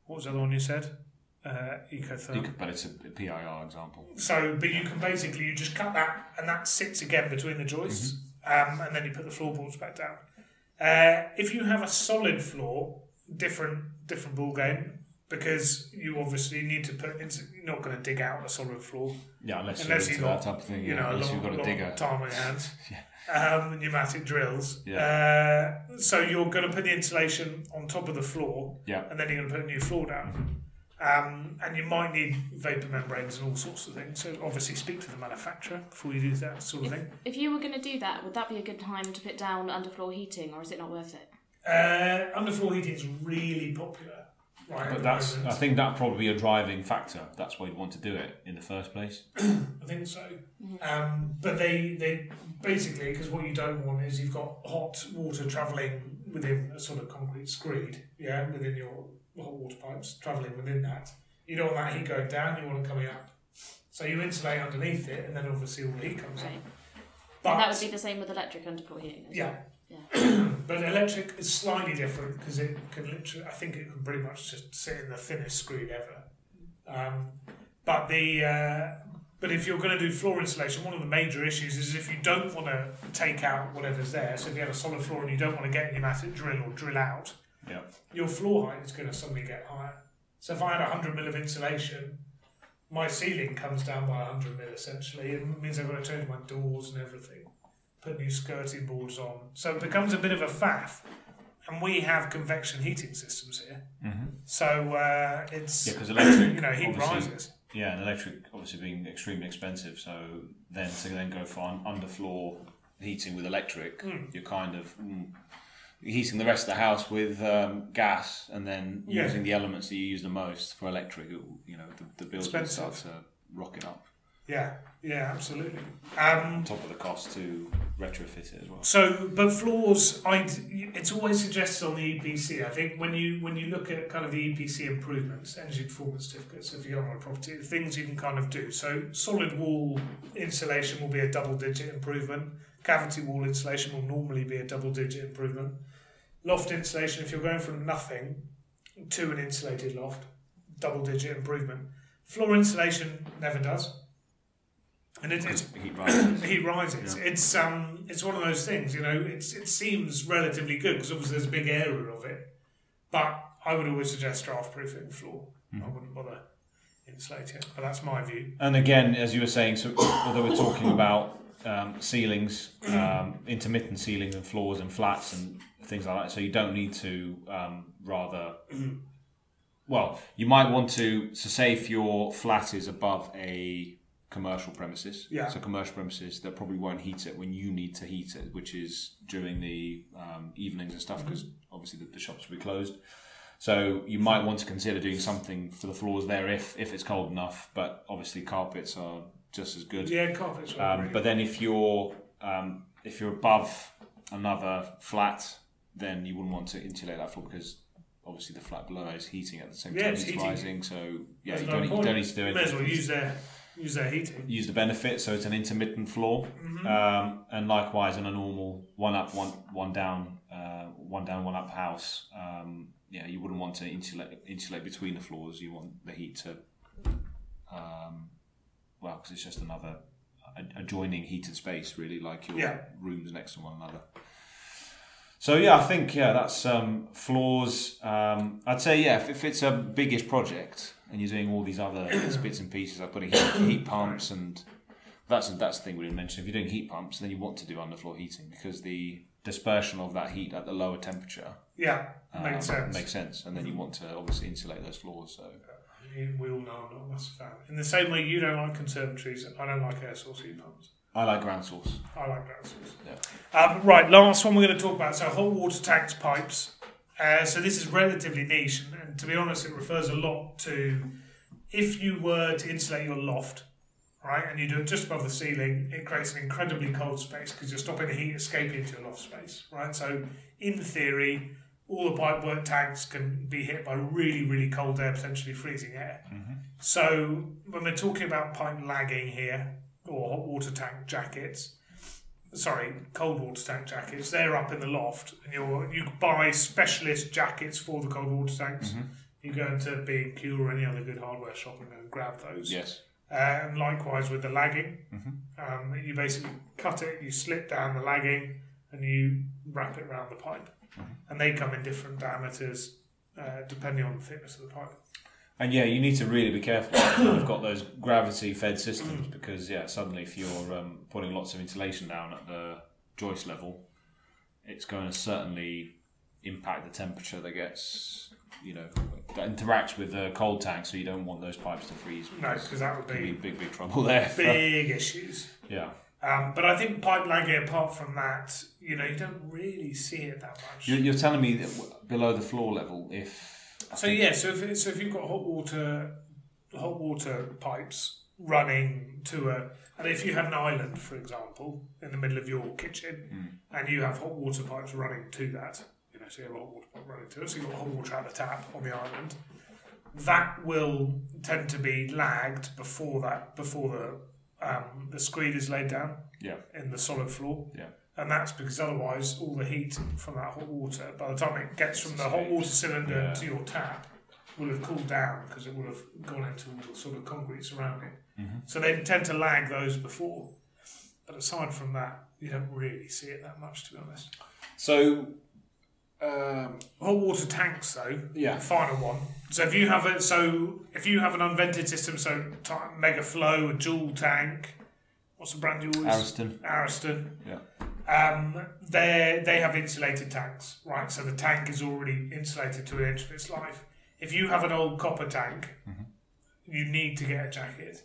What was the other one you said? Uh, Ecotherm.
You could- but it's a PIR example.
So, but you can basically you just cut that, and that sits again between the joists,
Mm-hmm.
um, and then you put the floorboards back down. Uh, if you have a solid floor, different different ball game because you obviously need to put. It's, you're not going to dig out a solid floor.
Yeah, unless,
Unless
you're
you've
into that
got,
type of thing.
you
yeah,
know, a
unless
long,
you've got a
long
digger.
time on your hands. um, pneumatic drills. Uh, so you're going to put the insulation on top of the floor,
Yeah.
and then you're going to put a new floor down. Um, and you might need vapor membranes and all sorts of things. So obviously, speak to the manufacturer before you do that sort of thing.
If you were going to do that, would that be a good time to put down underfloor heating, or is it not worth it?
Uh, underfloor heating is really popular. Right, at
But
the
that's,
moment.
I think that'd probably be a driving factor. That's why you'd want to do it in the first place.
I think so. Um, but they they basically because what you don't want is you've got hot water travelling within a sort of concrete screed, yeah, within your hot water pipes travelling within that. You don't want that heat going down. You want it coming up. So you insulate underneath it, and then obviously all the heat comes
Right.
up.
And
But
that would be the same with electric underfloor heating. as
yeah. but electric is slightly different because it can literally, I think it can pretty much just sit in the thinnest screen ever. Um, but the uh, but if you're going to do floor insulation, one of the major issues is if you don't want to take out whatever's there. So if you have a solid floor and you don't want to get pneumatic drill or drill out,
Yeah.
your floor height is going to suddenly get higher. So if I had 100 mil of insulation, my ceiling comes down by 100 mil essentially. It means I've got to change my doors and everything, put new skirting boards on. So it becomes a bit of a faff. And we have convection heating systems here. So uh, it's,
Mm-hmm. Yeah, because electric,
you know, heat
obviously-
rises.
Yeah, and electric obviously being extremely expensive. So then to then go for un- underfloor heating with electric, you're kind of mm, heating the rest of the house with um, gas, and then
Yeah.
using the elements that you use the most for electric. It, will- you know, the, the bills will start to rocket up.
Yeah, yeah, absolutely. Um,
On top of the cost to retrofit it as well.
So, but floors, I it's always suggested on the EPC. I think when you when you look at kind of the EPC improvements, energy performance certificates, if you own a property, the things you can kind of do. So, solid wall insulation will be a double digit improvement. Cavity wall insulation will normally be a double digit improvement. Loft insulation, if you're going from nothing to an insulated loft, double digit improvement. Floor insulation never does, and it, it's
Heat rises.
he rises. It's um, it's one of those things, you know. It's it seems relatively good because obviously there's a big area of it, but I would always suggest draft proofing the floor. I
Mm-hmm.
wouldn't bother insulating it, but that's my view.
And again, as you were saying, so although we're talking about um, ceilings, um, intermittent ceilings and floors and flats and things like that, so you don't need to um, rather. Well, you might want to. So, say if your flat is above a commercial premises,
Yeah.
so commercial premises that probably won't heat it when you need to heat it, which is during the um, evenings and stuff, because obviously the, the shops will be closed. So you might want to consider doing something for the floors there if if it's cold enough. But obviously carpets are just as good.
Yeah, carpets. are
Um,
really-
but then if you're um, if you're above another flat, then you wouldn't want to insulate that floor because obviously the flat below is heating at the same
Yeah,
time
it's
it's
heating.
rising. So yeah,
There's
you
no
don't, you
point.
don't need to do
May as
anything.
well use their use their heating.
Use the benefit, so it's an intermittent floor, um, and likewise on a normal one up, one one down, uh, one down, one up house. Um, yeah, you wouldn't want to insulate insulate between the floors. You want the heat to, um, well, because it's just another ad- adjoining heated space, really, like your
Yeah.
rooms next to one another. So yeah, I think yeah, that's um, floors. Um, I'd say yeah, if, if it's a biggest project and you're doing all these other bits and pieces, like putting heat, heat pumps and that's that's the thing we didn't mention. If you're doing heat pumps, then you want to do underfloor heating because the dispersion of that heat at the lower temperature
Yeah,
um,
makes sense.
Makes sense, and then you want to obviously insulate those floors. So
I mean, we all know I'm not a massive fan. In the same way you don't like conservatories, I don't like air source heat pumps.
I like ground source.
I like that sauce.
Yeah.
Um, right, last one we're going to talk about. So, hot water tanks, pipes. Uh, so, this is relatively niche, and, and to be honest, it refers a lot to if you were to insulate your loft, right, and you do it just above the ceiling, it creates an incredibly cold space because you're stopping the heat escaping into your loft space, right? So, in theory, all the pipework tanks can be hit by really, really cold air, potentially freezing air. So, when we're talking about pipe lagging here, or hot water tank jackets, sorry, cold water tank jackets. They're up in the loft, and you you buy specialist jackets for the cold water tanks. You go into B and Q or any other good hardware shop and go and grab those.
Yes.
Uh, and likewise with the lagging, um, you basically cut it, you slip down the lagging, and you wrap it around the pipe. And they come in different diameters uh, depending on the thickness of the pipe.
And yeah, you need to really be careful when you've got those gravity-fed systems because yeah, suddenly if you're um, putting lots of insulation down at the joist level, it's going to certainly impact the temperature that gets, you know, that interacts with the cold tank. So you don't want those pipes to freeze.
No, because that would
there'd be
be
big, big trouble there. for-
big issues.
yeah.
Um, but I think pipe lagging, apart from that, you know, you don't really see it that much.
You're, you're telling me that w- below the floor level, if I
So
think-
yeah, so if so if you've got hot water, hot water pipes running to a, and if you have an island, for example, in the middle of your kitchen,
Hmm.
and you have hot water pipes running to that, you know, so you have a hot water pipe running to it, so you've got hot water out the tap on the island, that will tend to be lagged before that before the um, the screed is laid down
yeah,
in the solid floor.
yeah,
And that's because otherwise, all the heat from that hot water, by the time it gets from the hot water cylinder
Yeah.
to your tap, will have cooled down because it will have gone into all the sort of concrete surrounding.
Mm-hmm.
So they tend to lag those before. But aside from that, you don't really see it that much, to be honest.
So, um,
Hot water tanks, though.
Yeah.
the Final one. So if you have a so if you have an unvented system, so t- mega flow, a dual tank. What's the brand you always?
Ariston.
Ariston.
Yeah.
Um, they they have insulated tanks, right? So the tank is already insulated to an inch of its life. If you have an old copper tank,
Mm-hmm.
you need to get a jacket.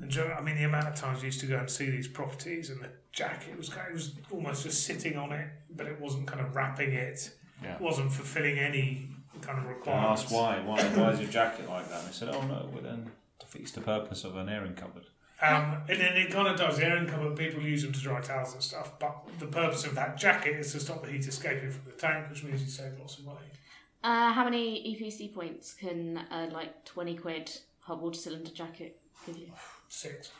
And do you know- I mean, the amount of times I used to go and see these properties, and the jacket was kind of, it was almost just sitting on it, but it wasn't kind of wrapping it.
Yeah.
It wasn't fulfilling any kind of
I asked
requirements.
why, why, why is your jacket like that? And they said, oh no, well then defeats the purpose of an airing cupboard.
Um, and then it kind of does. The air income of people use them to dry towels and stuff. But the purpose of that jacket is to stop the heat escaping from the tank, which means you save lots of money.
Uh, how many EPC points can uh, like twenty quid hot water cylinder jacket give you?
Six.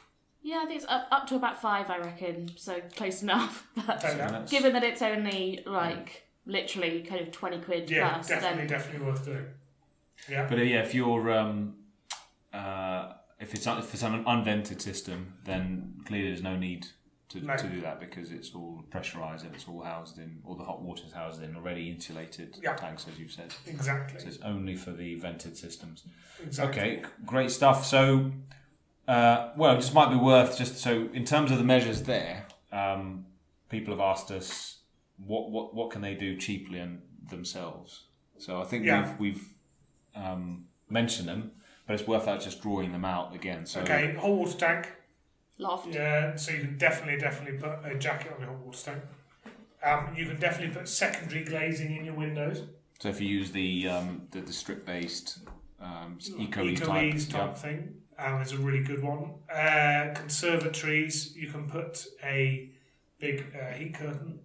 Yeah, I think it's up, up to about five, I reckon. So close enough. But
Take that.
that's-
given that it's only like literally kind of twenty quid
Yeah,
plus,
definitely,
then
definitely worth doing. Yeah.
But uh, yeah, if you're um, uh, if it's if it's an unvented system, then clearly there's no need to,
No.
to do that because it's all pressurized and it's all housed in, all the hot water's housed in already insulated
Yeah.
tanks, as you've said. So
exactly.
it's only for the vented systems.
Exactly.
Okay, g- great stuff. So, uh, well, it just might be worth just so in terms of the measures there, um, people have asked us what what what can they do cheaply and themselves. So I think
Yeah.
we've we've um, mentioned them, but it's worth us just drawing them out again. So
Okay, hot water tank.
loft.
Yeah, so you can definitely, definitely put a jacket on your hot water tank. Um, you can definitely put secondary glazing in your windows.
so if you use the um, the, the strip based um, eco
Mm, eco
type,
type,
yeah.
thing um, is a really good one. Uh, conservatories, you can put a big uh, heat curtain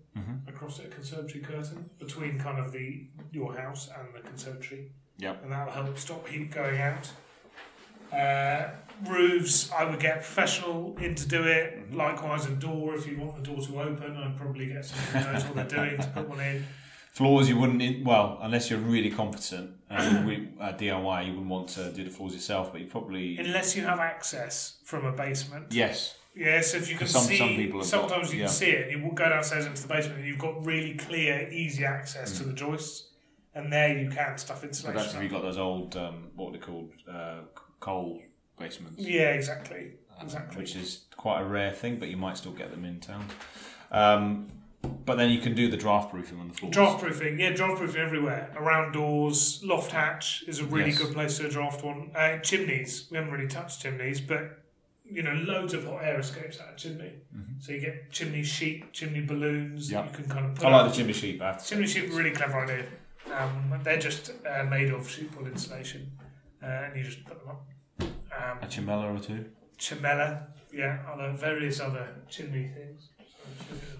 across it, a conservatory curtain between kind of the your house and the conservatory,
Yep.
and that'll help stop heat going out. Uh, roofs, I would get a professional in to do it. Likewise, a door, if you want the door to open, I'd probably get someone who knows what they're doing to put one in.
floors you wouldn't in, well unless you're really competent and we, uh, DIY you wouldn't want to do the floors yourself, but you probably
Unless you have access from a basement.
yes.
Yes, if you can
Some-
see,
some people have got-
sometimes you
yeah.
can see it. You will go downstairs into the basement, and you've got really clear, easy access to the joists, and there you can
Mm.
stuff
But that's if
insulation.
you
up.
got those old um, what are they called uh, coal basements,
Yeah, exactly, exactly.
which is quite a rare thing, but you might still get them in town. Um, but then you can do the draft proofing on the floors.
Draft proofing, yeah, draft proofing everywhere. Around doors, loft hatch is a really
Yes.
good place to draft one. Uh, chimneys, we haven't really touched chimneys, but you know, loads of hot air escapes out of chimney. So you get chimney sheet, chimney balloons. that
Yeah.
you can kind of put.
Mm-hmm. I like
up.
the chimney sheet bath.
Chimney sheep are really clever idea. Um, they're just uh, made of sheep wool insulation, uh, and you just put them up.
A
Um,
chimela or two.
chimela, yeah, other various other chimney things.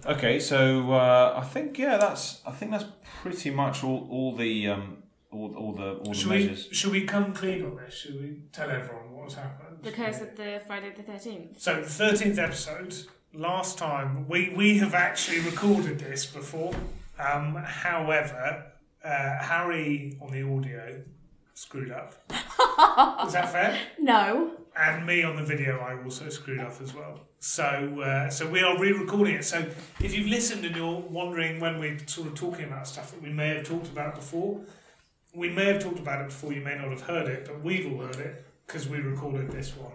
Okay, so uh, I think yeah, that's I think that's pretty much all all the um, all, all the all the
Should we,
measures.
should we come clean on this? Should we tell everyone what's happened?
Because of the Friday the thirteenth.
So, 13th episode, last time, we, we have actually recorded this before. Um, however, uh, Harry on the audio screwed up. Is that fair?
No.
and me on the video, I also screwed up as well. So, uh, so we are re-recording it. So, if you've listened and you're wondering when we're sort of talking about stuff that we may have talked about before, we may have talked about it before. You may not have heard it, but we've all heard it because we recorded this one.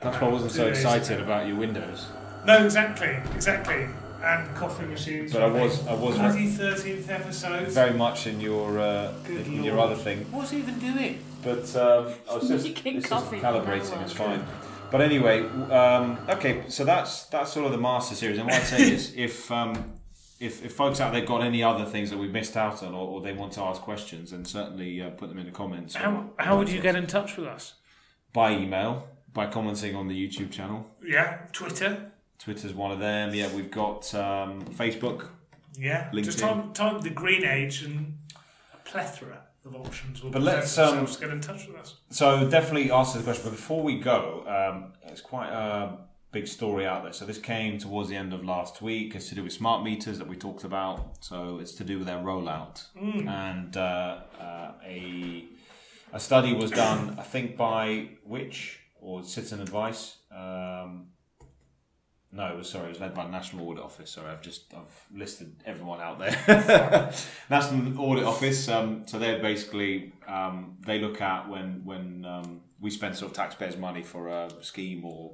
That's why I wasn't
about
so
two days ago.
excited about your windows.
No, exactly, exactly. and coffee machines.
But I was- I was-
Bloody thirteenth episode.
Very much in your uh,
Good
in your
lord.
other thing,
What's he even doing?
but um, I was just
Making
this is
coffee
calibrating.
for
It's
that
fine. But anyway, w- um, okay. So that's that's sort of the master series. And what I'd say is, if um, if, if folks out there got any other things that we missed out on, or, or they want to ask questions, then certainly uh, put them in the comments. or-
How, how would you get in touch with us?
by email by commenting on the YouTube channel.
Yeah, Twitter.
Twitter's one of them. Yeah, we've got um, Facebook.
Yeah, just
LinkedIn.
type, type the Green Age and a plethora of options will
But
present
let's, um,
themselves. get in touch with us.
So definitely ask us a question. But before we go, um, it's quite a big story out there. So this came towards the end of last week. It's to do with smart meters that we talked about. So it's to do with their rollout. And uh, uh, a, a study was done, I think, by which or Citizen Advice. Um, No, it was sorry. It was led by the National Audit Office. Sorry, I've just I've listed everyone out there. National Audit Office. Um, so they're basically um, they look at when when um, we spend sort of taxpayers' money for a scheme or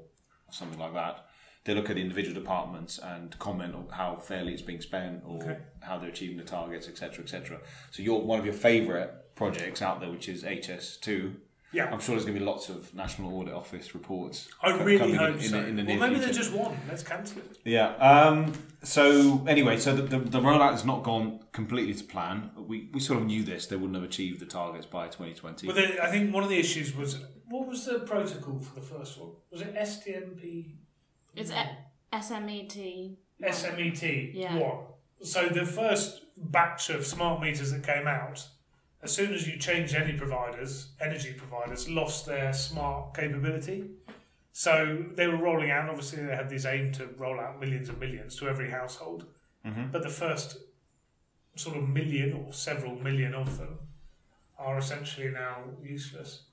something like that. They look at the individual departments and comment on how fairly it's being spent or
Okay.
how they're achieving the targets, etc., etc. So you're one of your favourite projects out there, which is HS two.
Yeah.
I'm sure there's going to be lots of National Audit Office reports.
I
co-
really
coming in-
hope
in, the-
so.
in the
well,
near
maybe
future.
there's just one. Let's cancel it.
Yeah. Um, so anyway, so the, the, the rollout has not gone completely to plan. We, we sort of knew this; they wouldn't have achieved the targets by 2020.
Well, the, I think one of the issues was what was the protocol for the first one? Was it STMP?
It's e- SMET.
E SMET
Yeah.
one. So the first batch of smart meters that came out, as soon as you changed any providers, energy providers lost their smart capability. So they were rolling out. Obviously, they had this aim to roll out millions and millions to every household.
Mm-hmm.
But the first sort of million or several million of them are essentially now useless,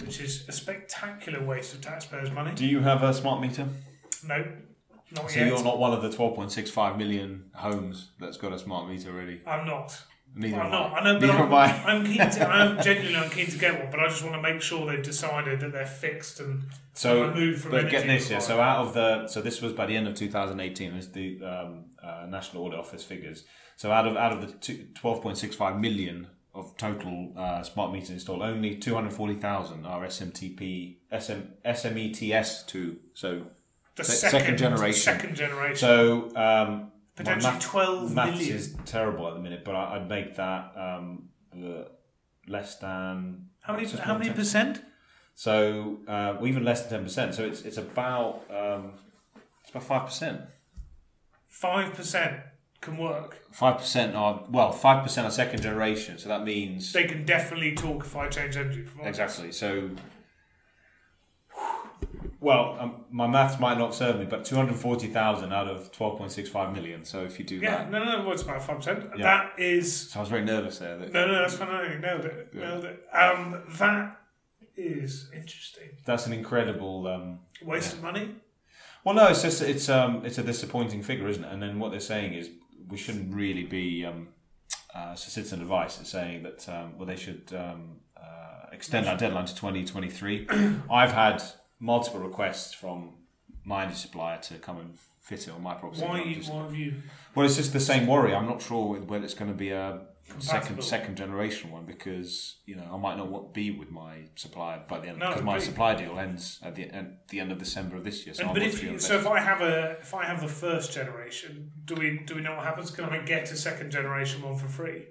which is a spectacular waste of taxpayers' money.
Do you have a smart meter?
No, not
So
yet.
you're not one of the 12.65 million homes that's got a smart meter, really.
I'm not.
Neither
I'm
am
not.
I.
I know, but
Neither
I'm,
am I.
I'm keen to. I'm genuinely I'm keen to get one, but I just want to make sure they've decided that they're fixed and
So,
removed from
but get
energy
this, yeah. So uh,
provider.
out of the, so this was by the end of 2018. Is the um, uh, National Audit Office figures. So out of out of the two, 12.65 million of total uh, smart meters installed, only 240,000 are SMTP, SM, SMETS E two. So
the
se- second generation.
Second generation.
so um, my
Potentially 12
maths
million.
is terrible at the minute, but I, I'd make that um, the less than
how many?
what's this
How
one,
many
10%?
percent?
So uh, well, even less than ten percent. So it's it's about um, it's about five percent.
Five percent can work.
Five percent are well, five percent are second generation. So that means
They can definitely talk if I change energy provider.
exactly. So well, um, my maths might not serve me, but two hundred forty thousand out of twelve point six five million. So if you do
Yeah.
that,
No, no, no. What's about five percent?
Yeah.
That is.
so I was very nervous there. That,
No, no, that's fine. I nailed it. Nailed it. Um, that is interesting.
That's an incredible. Um,
Waste of money.
well, no, it's just it's um it's a disappointing figure, isn't it? And then what they're saying is we shouldn't really be. Um, uh, so citizen advice is saying that um, well they should um, uh, extend our deadline to 2023 i've had multiple requests from my energy supplier to come and fit it on my property
Why?
I'm
you-
just-
Why have you?
well it's just the same worry i'm not sure whether it's going to be a
Compatible.
second second generation one because you know i might not want, be with my supplier by the end
No,
because my
agreed.
supply deal ends at the, at the end of december of this year so
And,
I'm
but
not
if
feeling
you,
best.
so, if I have a if I have the first generation, do we do we know what happens? Can I get a second generation one for free?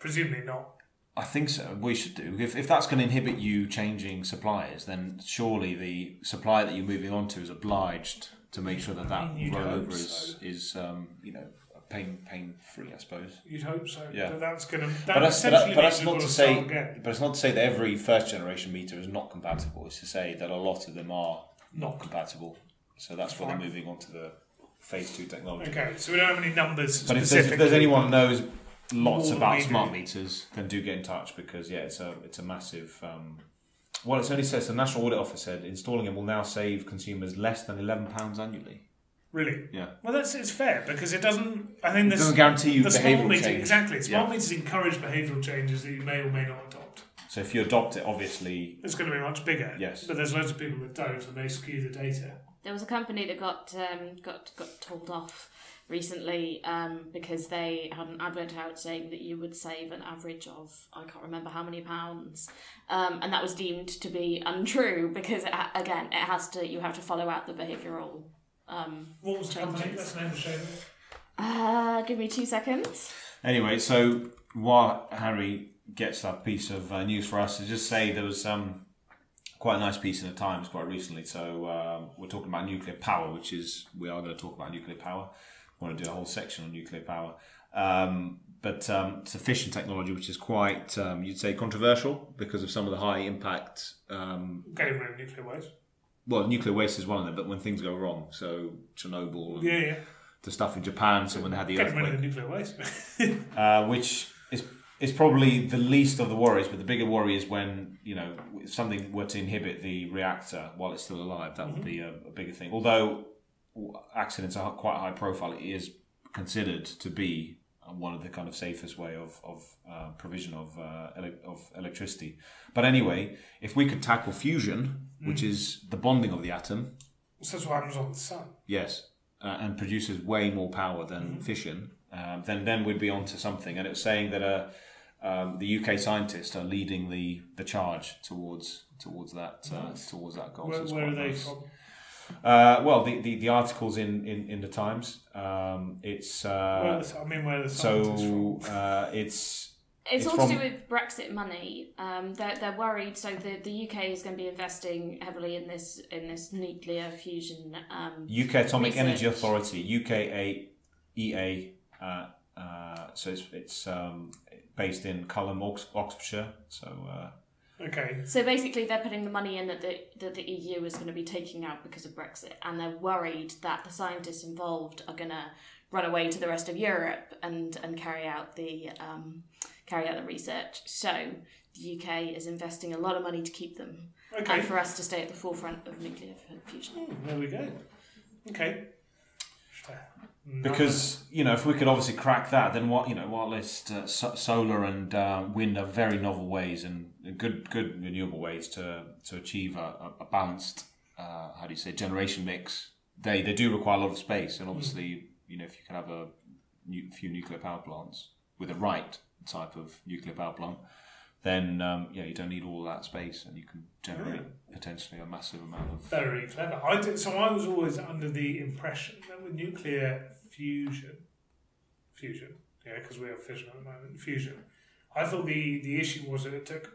Presumably not.
I think so. We should do. If, if that's going to inhibit you changing suppliers, then surely the supplier that you're moving on to is obliged to make sure that that
You'd hope
rollover
so.
is, is um, you know pain pain free, I suppose.
You'd hope so.
Yeah.
But that's going to. That
But that's, but, that-
essentially
but that's
means
not
we've
to
got
say.
start again.
But it's not to say that every first generation meter is not compatible. It's to say that a lot of them are not compatible. So that's why they're
Fine.
moving on to the phase two technology.
Okay, so we don't have any numbers.
But if there's,
specifically.
if there's anyone who knows lots
More than we
about
do.
smart meters, then do get in touch because yeah, it's a it's a massive. Um, well, it's only says the National Audit Office said installing it will now save consumers less than eleven pounds annually.
really,
Yeah,
well, that's it's fair because it doesn't. I think
it
this
doesn't guarantee you
the small
behavioural
meters
change.
exactly. Small
Yeah.
meters encourage behavioural changes that you may or may not adopt.
So if you adopt it, obviously,
It's going to be much bigger.
Yes.
But there's loads of people that don't, and they skew the data.
There was a company that got um, got got told off recently um, because they had an advert out saying that you would save an average of I can't remember how many pounds, um, and that was deemed to be untrue because it, ha- again it has to you have to follow out the behavioural. Um,
What was the company? That's
Changes.
the name of the show.
uh, give me two seconds.
Anyway, so while Harry gets that piece of uh, news for us, to just say there was um, quite a nice piece in the Times quite recently. So um, we're talking about nuclear power, which is we are going to talk about nuclear power. We want to do a whole section on nuclear power, um, but um, it's a fission technology, which is quite um, you'd say controversial because of some of the high impact um,
Getting rid of nuclear waste.
well, nuclear waste is one of them, but when things go wrong, so Chernobyl and
Yeah, yeah.
the stuff in Japan, so when they had the
Getting rid of the
earthquake,
nuclear waste.
uh, which is is probably the least of the worries, but the bigger worry is when you know if something were to inhibit the reactor while it's still alive. That would be a, a bigger thing. Although w- accidents are quite high profile, it is considered to be one of the kind of safest way of, of uh, provision of uh, ele- of electricity. But anyway, if we could tackle fusion, which is the bonding of the atom,
so that's what happens on the sun.
Yes, uh, and produces way more power than
Mm-hmm.
fission. Um, then then we'd be onto something. And it was saying that uh, um, the UK scientists are leading the, the charge towards towards that uh, towards that goal. So
Where,
it's
where are
quite
they
nice.
from?
Uh, well, the, the, the articles in, in, in the Times. Um, it's
Where are
uh,
the, I mean, where are the scientists
so uh, it's
It's,
It's
all to
from-
do with Brexit money. Um, they're, they're worried. So the, the UK is going to be investing heavily in this in this nuclear fusion. Um,
UK Atomic Energy
Research.
Authority, UKAEA. E Uh, uh, so it's it's um, based in Culham, Ox- Oxfordshire. So. Uh,
from? Okay.
so basically, they're putting the money in that the that the EU is going to be taking out because of Brexit, and they're worried that the scientists involved are going to run away to the rest of Europe and and carry out the um, carry out the research. So the UK is investing a lot of money to keep them
Okay.
and for us to stay at the forefront of nuclear f- fusion.
Hmm, there we go. Okay. No.
Because you know, if we could obviously crack that, then what you know, what list uh, so- solar and uh, wind are very novel ways and good, good renewable ways to to achieve a, a- a balanced, uh, how do you say, generation mix. They they do require a lot of space, and obviously, you know, if you can have a nu- few nuclear power plants with the right type of nuclear power plant, then um, yeah, you don't need all that space, and you can generate potentially a massive amount of
Very clever. I did, so I was always under the impression that with nuclear fusion, fusion, yeah, because we have fission at the moment, fusion. I thought the, the issue was that it took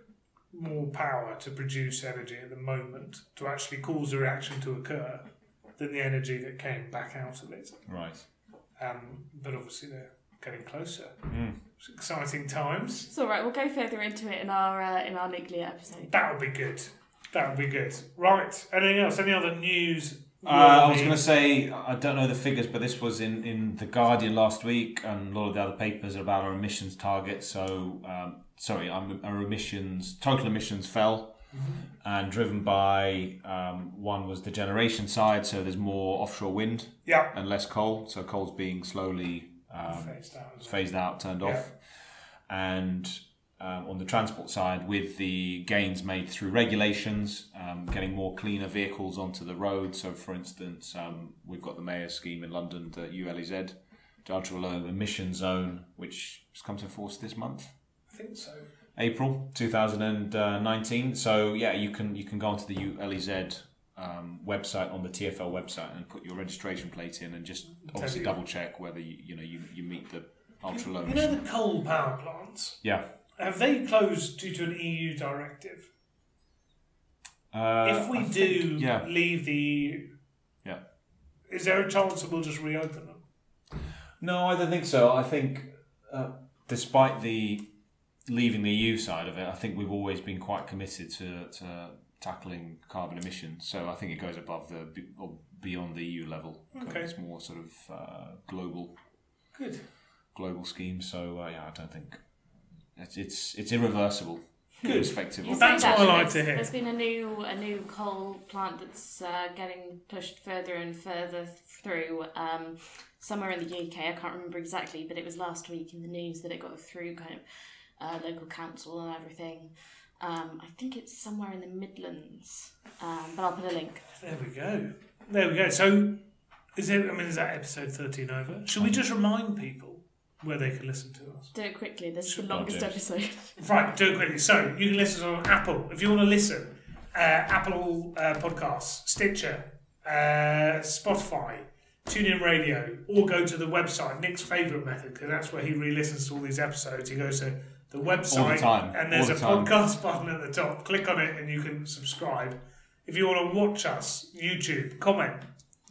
more power to produce energy at the moment to actually cause the reaction to occur than the energy that came back out of it.
right.
Um, but obviously they're getting closer.
Mm.
It's exciting times.
It's all right. We'll go further into it in our uh, in our nuclear episode.
That would be good. That would be good. Right. Anything else? Any other news?
Uh, I was
worthy?
going to say I don't know the figures, but this was in, in the Guardian last week, and a lot of the other papers are about our emissions target. So, um, sorry, um, our emissions total emissions fell, and driven by um, one was the generation side. So there's more offshore wind
Yeah.
and less coal. So coal's being slowly um,
Phased out as well.
phased out, turned off, and um, on the transport side, with the gains made through regulations, um, getting more cleaner vehicles onto the road. So, for instance, um, we've got the mayor's scheme in London, the ULEZ, the ultra low emission zone, which has come to force this month.
I think so.
April 2019. So yeah, you can you can go onto the ULEZ um, website on the TFL website and put your registration plate in and just obviously
you.
double check whether you, you know you, you meet the ultra low
You know
emission.
the coal power plants?
Yeah.
Have they closed due to an EU directive?
Uh,
if we
I
do
think- yeah,
leave the EU,
yeah.
is there a chance that we'll just reopen them?
No, I don't think so. I think uh, despite the leaving the EU side of it, I think we've always been quite committed to, to tackling carbon emissions. So I think it goes above the be- or beyond the EU level.
Okay.
It's more sort of uh, global
Good.
global scheme. So uh, yeah, I don't think it's it's, it's irreversible,
Good.
irrespective
You
of.
Well,
say
that's
that,
what I
but
like
there's-
to hear.
There's been a new a new coal plant that's uh, getting pushed further and further through um, somewhere in the UK. I can't remember exactly, but it was last week in the news that it got through kind of uh, local council and everything. Um, I think it's somewhere in the Midlands, um, but I'll put a link.
There we go. There we go. So, is it? I mean, is that episode thirteen over? Should we just remind people where they can listen to us?
Do it quickly. This is the
I'll
longest
do it.
episode.
Right, do it quickly. So you can listen on Apple if you want to listen. Uh, Apple uh, Podcasts, Stitcher, uh, Spotify, TuneIn Radio, or go to the website. Nick's favourite method because that's where he re-listens to all these episodes. He goes to the website
time,
and there's
all
a
the time.
podcast button at the top. Click on it and you can subscribe. If you want to watch us, YouTube, comment,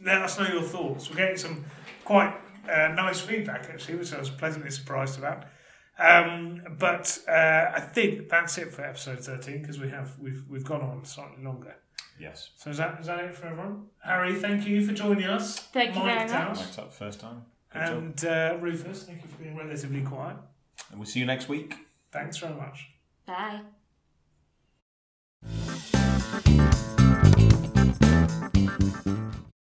let us know your thoughts. We're getting some quite uh, nice feedback actually, which I was pleasantly surprised about. Um, but uh, I think that's it for episode thirteen because we have we've we've gone on slightly longer.
Yes.
So is that is that it for everyone? Harry, thank you for joining us.
Thank you very
down.
Mic'd up first time. Good job.
And uh, Rufus, thank you for being relatively quiet.
And we'll see you next week.
Thanks very much.
Bye.